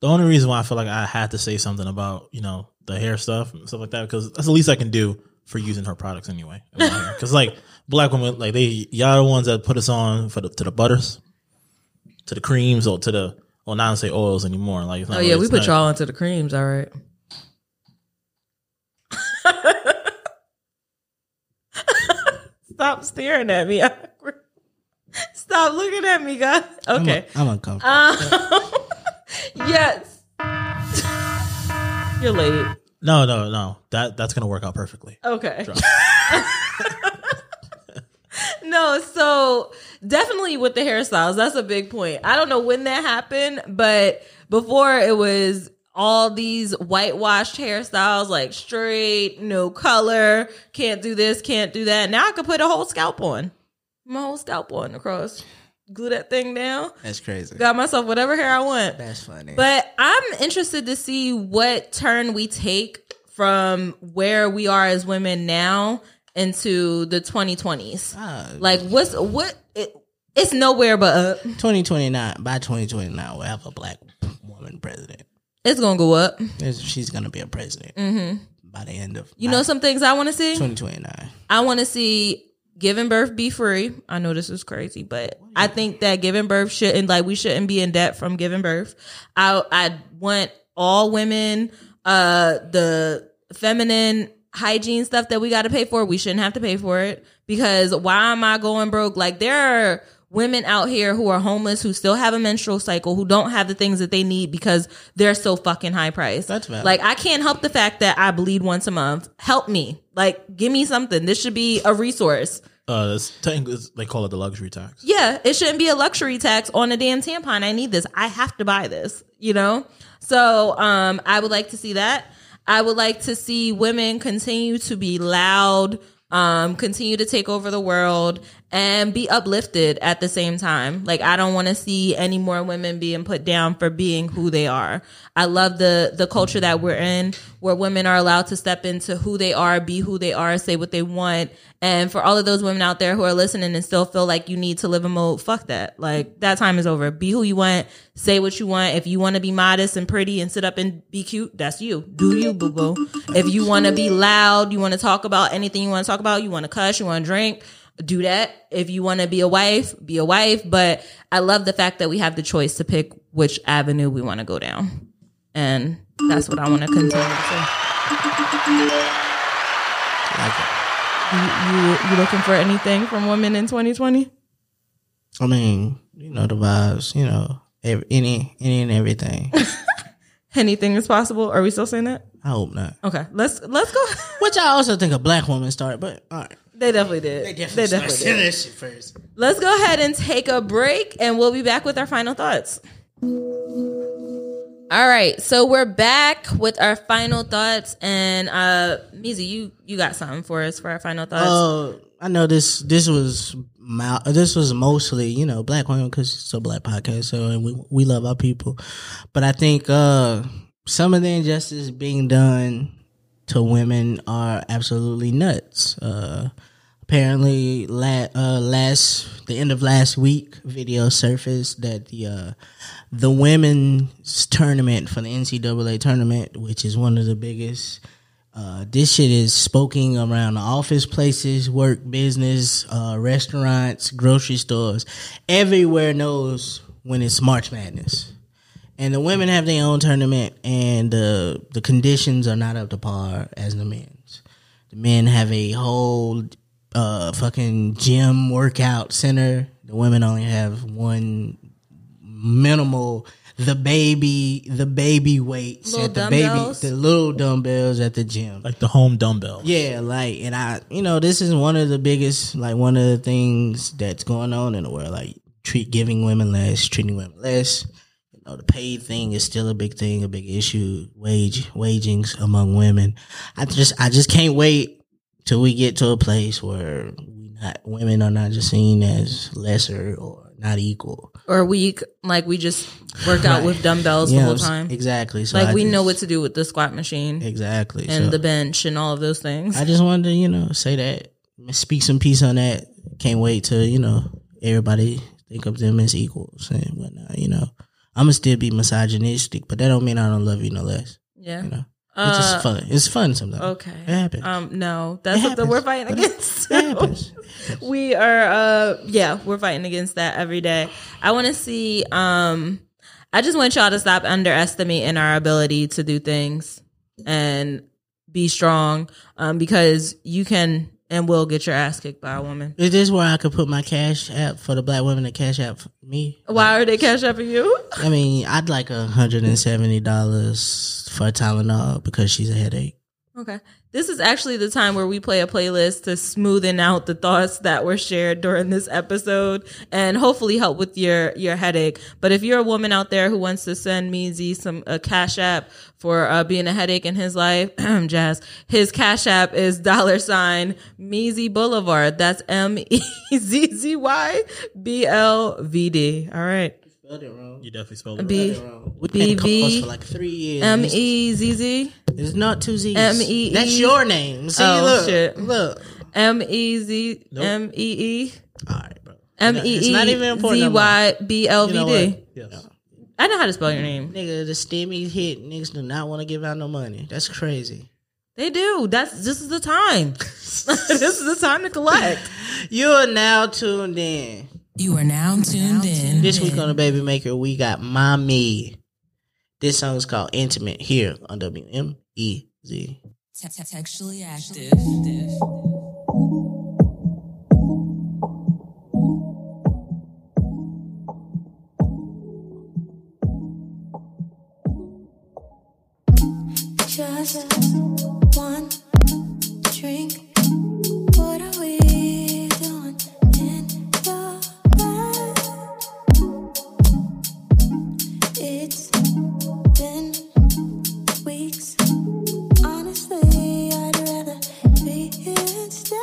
D: The only reason why I feel like I had to say something about you know the hair stuff and stuff like that because that's the least I can do for using her products anyway. Because like black women, like they y'all the ones that put us on for the, to the butters, to the creams, or to the well, not to say oils anymore. Like it's not
B: Oh yeah,
D: really-
B: we
D: it's
B: put
D: not-
B: y'all into the creams. All right. (laughs) Stop staring at me. awkward. Stop looking at me, guys.
A: I'm,
B: Okay.
A: I'm uncomfortable.
B: Um,
D: (laughs)
B: (laughs) yes. You're late.
D: No, no, no. That that's gonna work out perfectly.
B: Okay.
D: Drop.
B: (laughs) no, so definitely with the hairstyles, that's a big point. I don't know when that happened, but before it was all these whitewashed hairstyles, like straight, no color, can't do this, can't do that. Now I could put a whole scalp on, my whole scalp on across, glue that thing down,
A: That's crazy.
B: got myself whatever hair I want.
A: That's funny.
B: But I'm interested to see what turn we take from where we are as women now into the 2020s.
A: Ah,
B: Like, what's what? It, it's nowhere but up.
A: 2029 by 2029 we'll have a black woman president.
B: It's gonna go up.
A: There's, she's gonna be a president by the end of
B: Mm-hmm. You know, some things I want to see.
A: 2029.
B: I want to see giving birth be free. I know this is crazy, but I think that giving birth shouldn't like we shouldn't be in debt from giving birth. I I want all women uh the feminine hygiene stuff that we got to pay for. We shouldn't have to pay for it because why am I going broke? Like there are women out here who are homeless who still have a menstrual cycle who don't have the things that they need because they're so fucking high priced.
A: That's valid.
B: Like I can't help the fact that I bleed once a month. Help me. Like give me something. This should be a resource.
D: Uh, it's technically it's- they call it the luxury tax.
B: Yeah, it shouldn't be a luxury tax on a damn tampon. I need this. I have to buy this, you know? So, um, I would like to see that. I would like to see women continue to be loud, um, continue to take over the world and be uplifted at the same time. Like, I don't want to see any more women being put down for being who they are. I love the, the culture that we're in where women are allowed to step into who they are, be who they are, say what they want. And for all of those women out there who are listening and still feel like you need to live in mode, fuck that. Like that time is over. Be who you want, say what you want. If you want to be modest and pretty and sit up and be cute, that's you. Do you, boo boo. If you want to be loud, you want to talk about anything you want to talk about, you want to cuss, you want to drink, do that. If you want to be a wife, be a wife. But I love the fact that we have the choice to pick which avenue we want to go down. And that's what I want to continue to.
A: Like,
B: You, you, you looking for anything from women in 2020?
A: I mean, you know the vibes. You know, ev- any any and
B: (laughs)
A: everything.
B: Anything is possible. Are we still saying that?
A: I hope not.
B: Okay, let's let's go. (laughs)
A: Which I also think a black woman start, but all right.
B: they definitely did. They definitely, did.
A: that shit first.
B: Let's go ahead and take a break, and we'll be back with our final thoughts. All right, so we're back with our final thoughts, and uh, Mizi, you you got something for us for our final thoughts?
A: Uh, I know this. This was my, this was mostly you know black women because it's a black podcast, so and we we love our people, but I think uh some of the injustice being done to women are absolutely nuts. Uh, apparently, la- uh, last the end of last week, video surfaced that the uh, the women's tournament for the NCAA tournament, which is one of the biggest. Uh, this shit is spoken around the office places, work, business, uh, restaurants, grocery stores. Everywhere knows when it's March Madness. And the women have their own tournament, and uh, the conditions are not up to par as the men's. The men have a whole uh, fucking gym workout center. The women only have one minimal the baby the baby weights
B: Little
A: at the
B: dumbbells?
A: baby the little dumbbells at the gym.
D: Like the home dumbbell.
A: Yeah, like, and I, you know, this is one of the biggest, like, one of the things that's going on in the world. Like, treat giving women less, treating women less. You know, the paid thing is still a big thing, a big issue. Wage wagings among women. I just, I just can't wait till we get to a place where we not women are not just seen as lesser or not equal.
B: or we c- like we just work out with dumbbells
A: Um, Yeah,
B: the whole
A: I'm s-
B: time.
A: exactly. So
B: Like
A: I
B: we
A: just-
B: know what to do with the squat machine
A: exactly
B: and
A: so.
B: the bench and all of those things.
A: I just wanted to, you know, say that, speak some peace on that. Can't wait to, you know, everybody think of them as equals and whatnot. You know, I'm gonna still be misogynistic, but that don't mean I don't love you no less.
B: Yeah.
A: You know, it's
B: Uh,
A: just fun. It's fun sometimes.
B: Okay.
A: It happens.
B: Um, no, that's
A: It
B: something we're
A: happens.
B: fighting against. (laughs)
A: It happens.
B: we are uh yeah we're fighting against that every day i want to see um i just want y'all to stop underestimating our ability to do things and be strong um because you can and will get your ass kicked by a woman
A: Is this where I could put my cash app for the black women to cash app for me?
B: why are they cash up at you
A: I mean, I'd like a hundred and seventy dollars for Tylenol because she's a headache.
B: okay this is actually the time where we play a playlist to smoothen out the thoughts that were shared during this episode and hopefully help with your your headache but if you're a woman out there who wants to send Meezy some a cash app for uh, being a headache in his life (clears throat) jazz his cash app is dollar sign Meezy boulevard that's E m-e-z-z-y-b-l-v-d all right
A: Spelled it wrong.
D: You definitely spelled it.
B: b E
A: We've been
B: BB.
A: co-hosts for like three years.
B: m-e-z-z
A: It's not two Z's.
B: M.E.E..
A: That's your name. See,
B: Oh,
A: look,
B: shit.
A: look.
B: E m-e-z
D: Nope.
B: m-e-e
A: All right, bro.
B: M
A: not-
B: E
A: it's not even
B: E
A: important no
B: Z
A: more.
B: Y B L
A: You know
B: V
A: what?
B: D.
D: Yes.
B: I know how to spell your name.
A: Nigga, the STEMI hit. Niggas do not want to give out no money. That's crazy.
B: They do. That's this is the time. (laughs) this is the time to collect.
A: You are now tuned in.
C: You are now tuned in.
A: This week on the Baby Maker, we got Mommy. This song is called Intimate here on E WMEZ.
C: Te- te- Textually active.
E: Just one drink. What are we doing in the bed? It's been weeks. Honestly, I'd rather be here instead.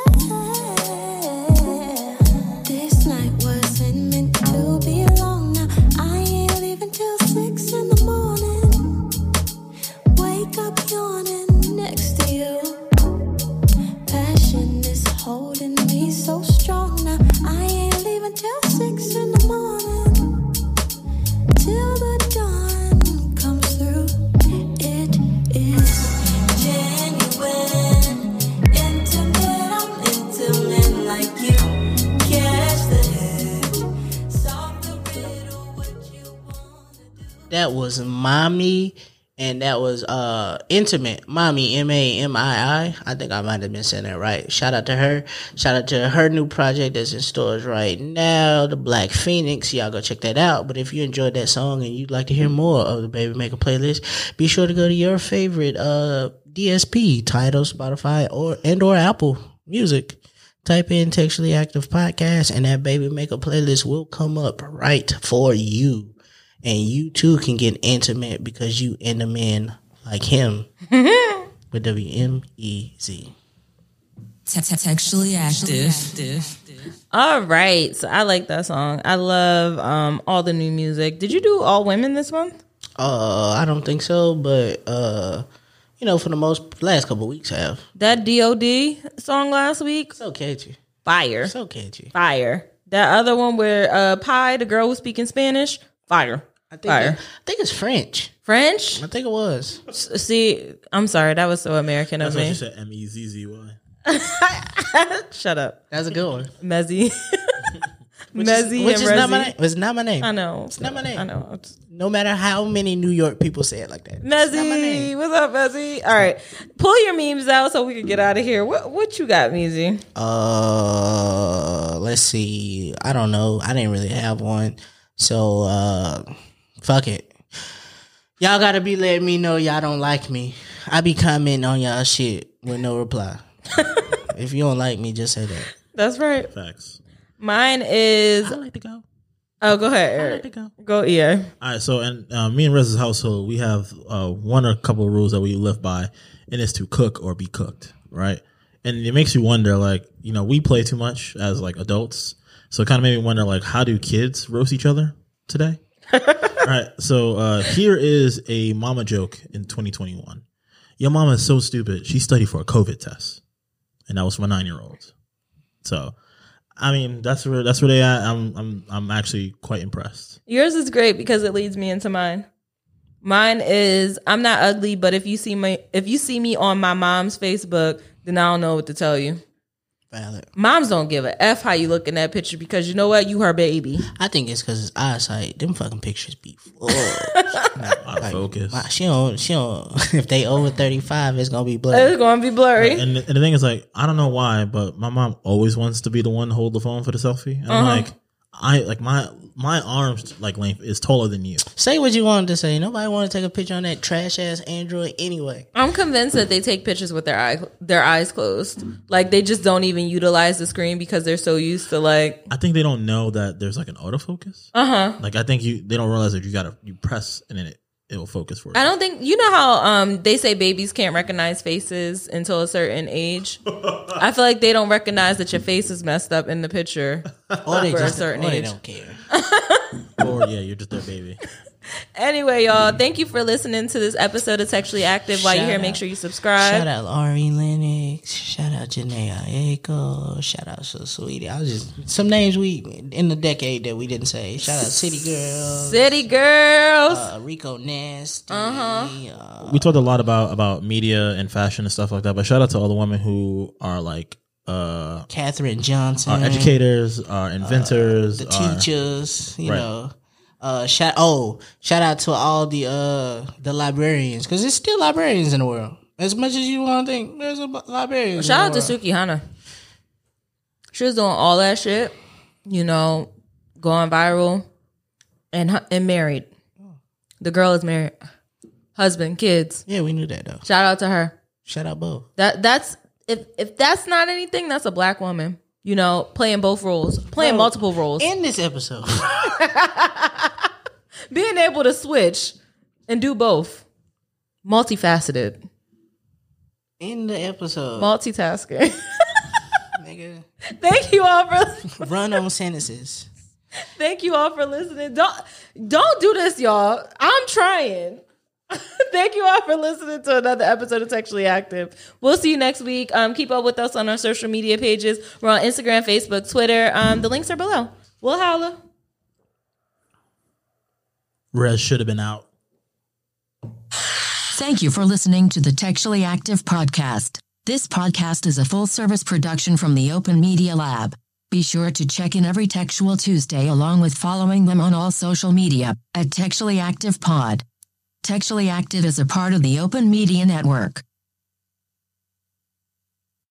E: This night wasn't meant to be alone. Now I ain't leaving till six in the morning. Wake up yawning next to you. Passion is holding me so strong now. I ain't leaving till six in the morning. Till the dawn comes through. It is genuine. Intimate, I'm intimate like you. Catch the hint. Solve the riddle, what you wanna do.
A: That was Mommy, and that was uh Intimate. Mommy, M A M I I. I think I might have been saying that right. Shout out to her. Shout out to her new project that's in stores right now, The Black Phoenix. Y'all go check that out. But if you enjoyed that song and you'd like to hear more of the Baby Maker playlist, be sure to go to your favorite uh DSP, Tidal, Spotify, or and or Apple Music. Type in Textually Active Podcast, and that Baby Maker playlist will come up right for you and you too can get intimate because you end a man like him with E WMEZ.
C: Te- te- Textually active.
B: All right. So I like that song. I love um all the new music. Did you do all women this month?
A: Uh, I don't think so, but uh, you know, for the most last couple weeks I have.
B: That DOD song last week?
A: It's so catchy.
B: Fire.
A: It's so catchy.
B: Fire. That other one where uh Pie, the girl was speaking Spanish, fire.
A: I think
B: Fire.
A: I think it's French.
B: French?
A: I think it was.
B: S- See, I'm sorry, that was so American
D: That's
B: of
D: why
B: me.
D: she said M E Z Z Y.
B: (laughs) Shut up.
A: That's a good one.
B: (laughs) Mezzy. Mezzy
A: Which
B: and
A: is not my
B: Rezzy.
A: name. It's not my name.
B: I know. It's
A: not my name.
B: I know. It's-
A: No matter how many New York people say it like that. It's not my
B: Mezzy,
A: name.
B: what's up, Mezzy? All right, pull your memes out so we can get out of here. What what you got, Mezzy?
A: Uh, let's see. I don't know. I didn't really have one, so uh, fuck it. Y'all gotta be letting me know y'all don't like me. I be commenting on y'all shit with no
B: (laughs)
A: reply. if you don't like me, just say that.
B: That's right.
D: Facts.
B: Mine is.
D: I like to go.
B: Oh, go ahead, Eric. Go, yeah.
D: All right, so in uh, me and Rez's household, we have uh, one or couple of rules that we live by, and it's to cook or be cooked, right? And it makes you wonder, like, you know, we play too much as like adults, so it kind of made me wonder, like, how do kids roast each other today? All right, so uh, here is a mama joke in 2021. Your mama is so stupid; she studied for a COVID test, and that was for nine year olds. So I mean, that's where that's where they at. I'm I'm I'm actually quite impressed.
B: Yours is great because it leads me into mine. Mine is I'm not ugly, but if you see my if you see me on my mom's Facebook, then I don't know what to tell you.
A: Valid.
B: Moms don't give a f how you look in that picture because you know what you her baby.
A: I think it's because it's eyesight. Them fucking pictures be full.
D: I focus.
A: Wow, she don't. She don't. (laughs) If they over thirty five, it's gonna be
B: It's
A: blood.
B: gonna be blurry.
D: And, the- and the thing is, like, I don't know why, but my mom always wants to be the one to hold the phone for the selfie. And I'm like, I like my my arms like length is taller than you.
A: Say what you wanted to say. Nobody want to take a picture on that trash ass Android anyway.
B: I'm convinced that they take pictures with their eye their eyes closed. Like they just don't even utilize the screen because they're so used to like
D: I think they don't know that there's like an autofocus.
B: uh huh.
D: Like, I think you they don't realize that you gotta you press and then it it will focus for you.
B: I don't think you know how um they say babies can't recognize faces until a certain age. I feel like they don't recognize that your face is messed up in the picture.
A: Or they
B: For a
A: just.
B: certain
A: or they
B: age.
A: don't care.
D: or yeah, you're just their baby.
B: Anyway, y'all, thank you for listening to this episode of Sexually Active. While you're
A: Shout
B: here,
A: out.
B: make sure you subscribe.
A: Shout out Laurie Lennox. Shout out Janae Aiko. Shout out So Sweetie. I was just some names we in the decade that we didn't say. Shout out City Girl.
B: City girls.
A: Uh, Rico Nasty.
B: Uh-huh.
A: uh,
D: we talked a lot about about media and fashion and stuff like that. But shout out to all the women who are like uh
A: Catherine Johnson.
D: are Uh, educators, are inventors,
A: Uh, the
D: are-
A: teachers, you
D: Right.
A: know. Uh, shout oh, shout out to all the uh the librarians because there's still librarians in the world. As much as you want to think, there's a bu- librarians.
B: Shout out
A: in
B: to
A: the world.
B: Suki Hana. She was doing all that shit, you know, going viral and hu- and married. The girl is married. Husband, kids.
A: Yeah, we knew that though.
B: Shout out to her.
A: Shout out both.
B: That that's if if that's not anything, that's a black woman. You know, playing both roles, playing
A: Bro,
B: multiple roles,
A: In this episode, (laughs)
B: being able to switch and do both. Multifaceted.
A: in the episode,
B: Multitasking. (laughs)
A: nigga,
B: Thank you all for
A: run on sentences.
B: Thank you all for listening. Don't don't do this, y'all. I'm trying. (laughs) Thank you all for listening to another episode of Sexually Active. We'll see you next week. Um, keep up with us on our social media pages. We're on Instagram, Facebook, Twitter. Um, the links are below. We'll holla.
D: Rez should have been out.
C: Thank you for listening to the Textually Active Podcast. This podcast is a full service production from the Open Media Lab. Be sure to check in every Textual Tuesday along with following them on all social media at Textually Active Pod. Textually Active is a part of the Open Media Network.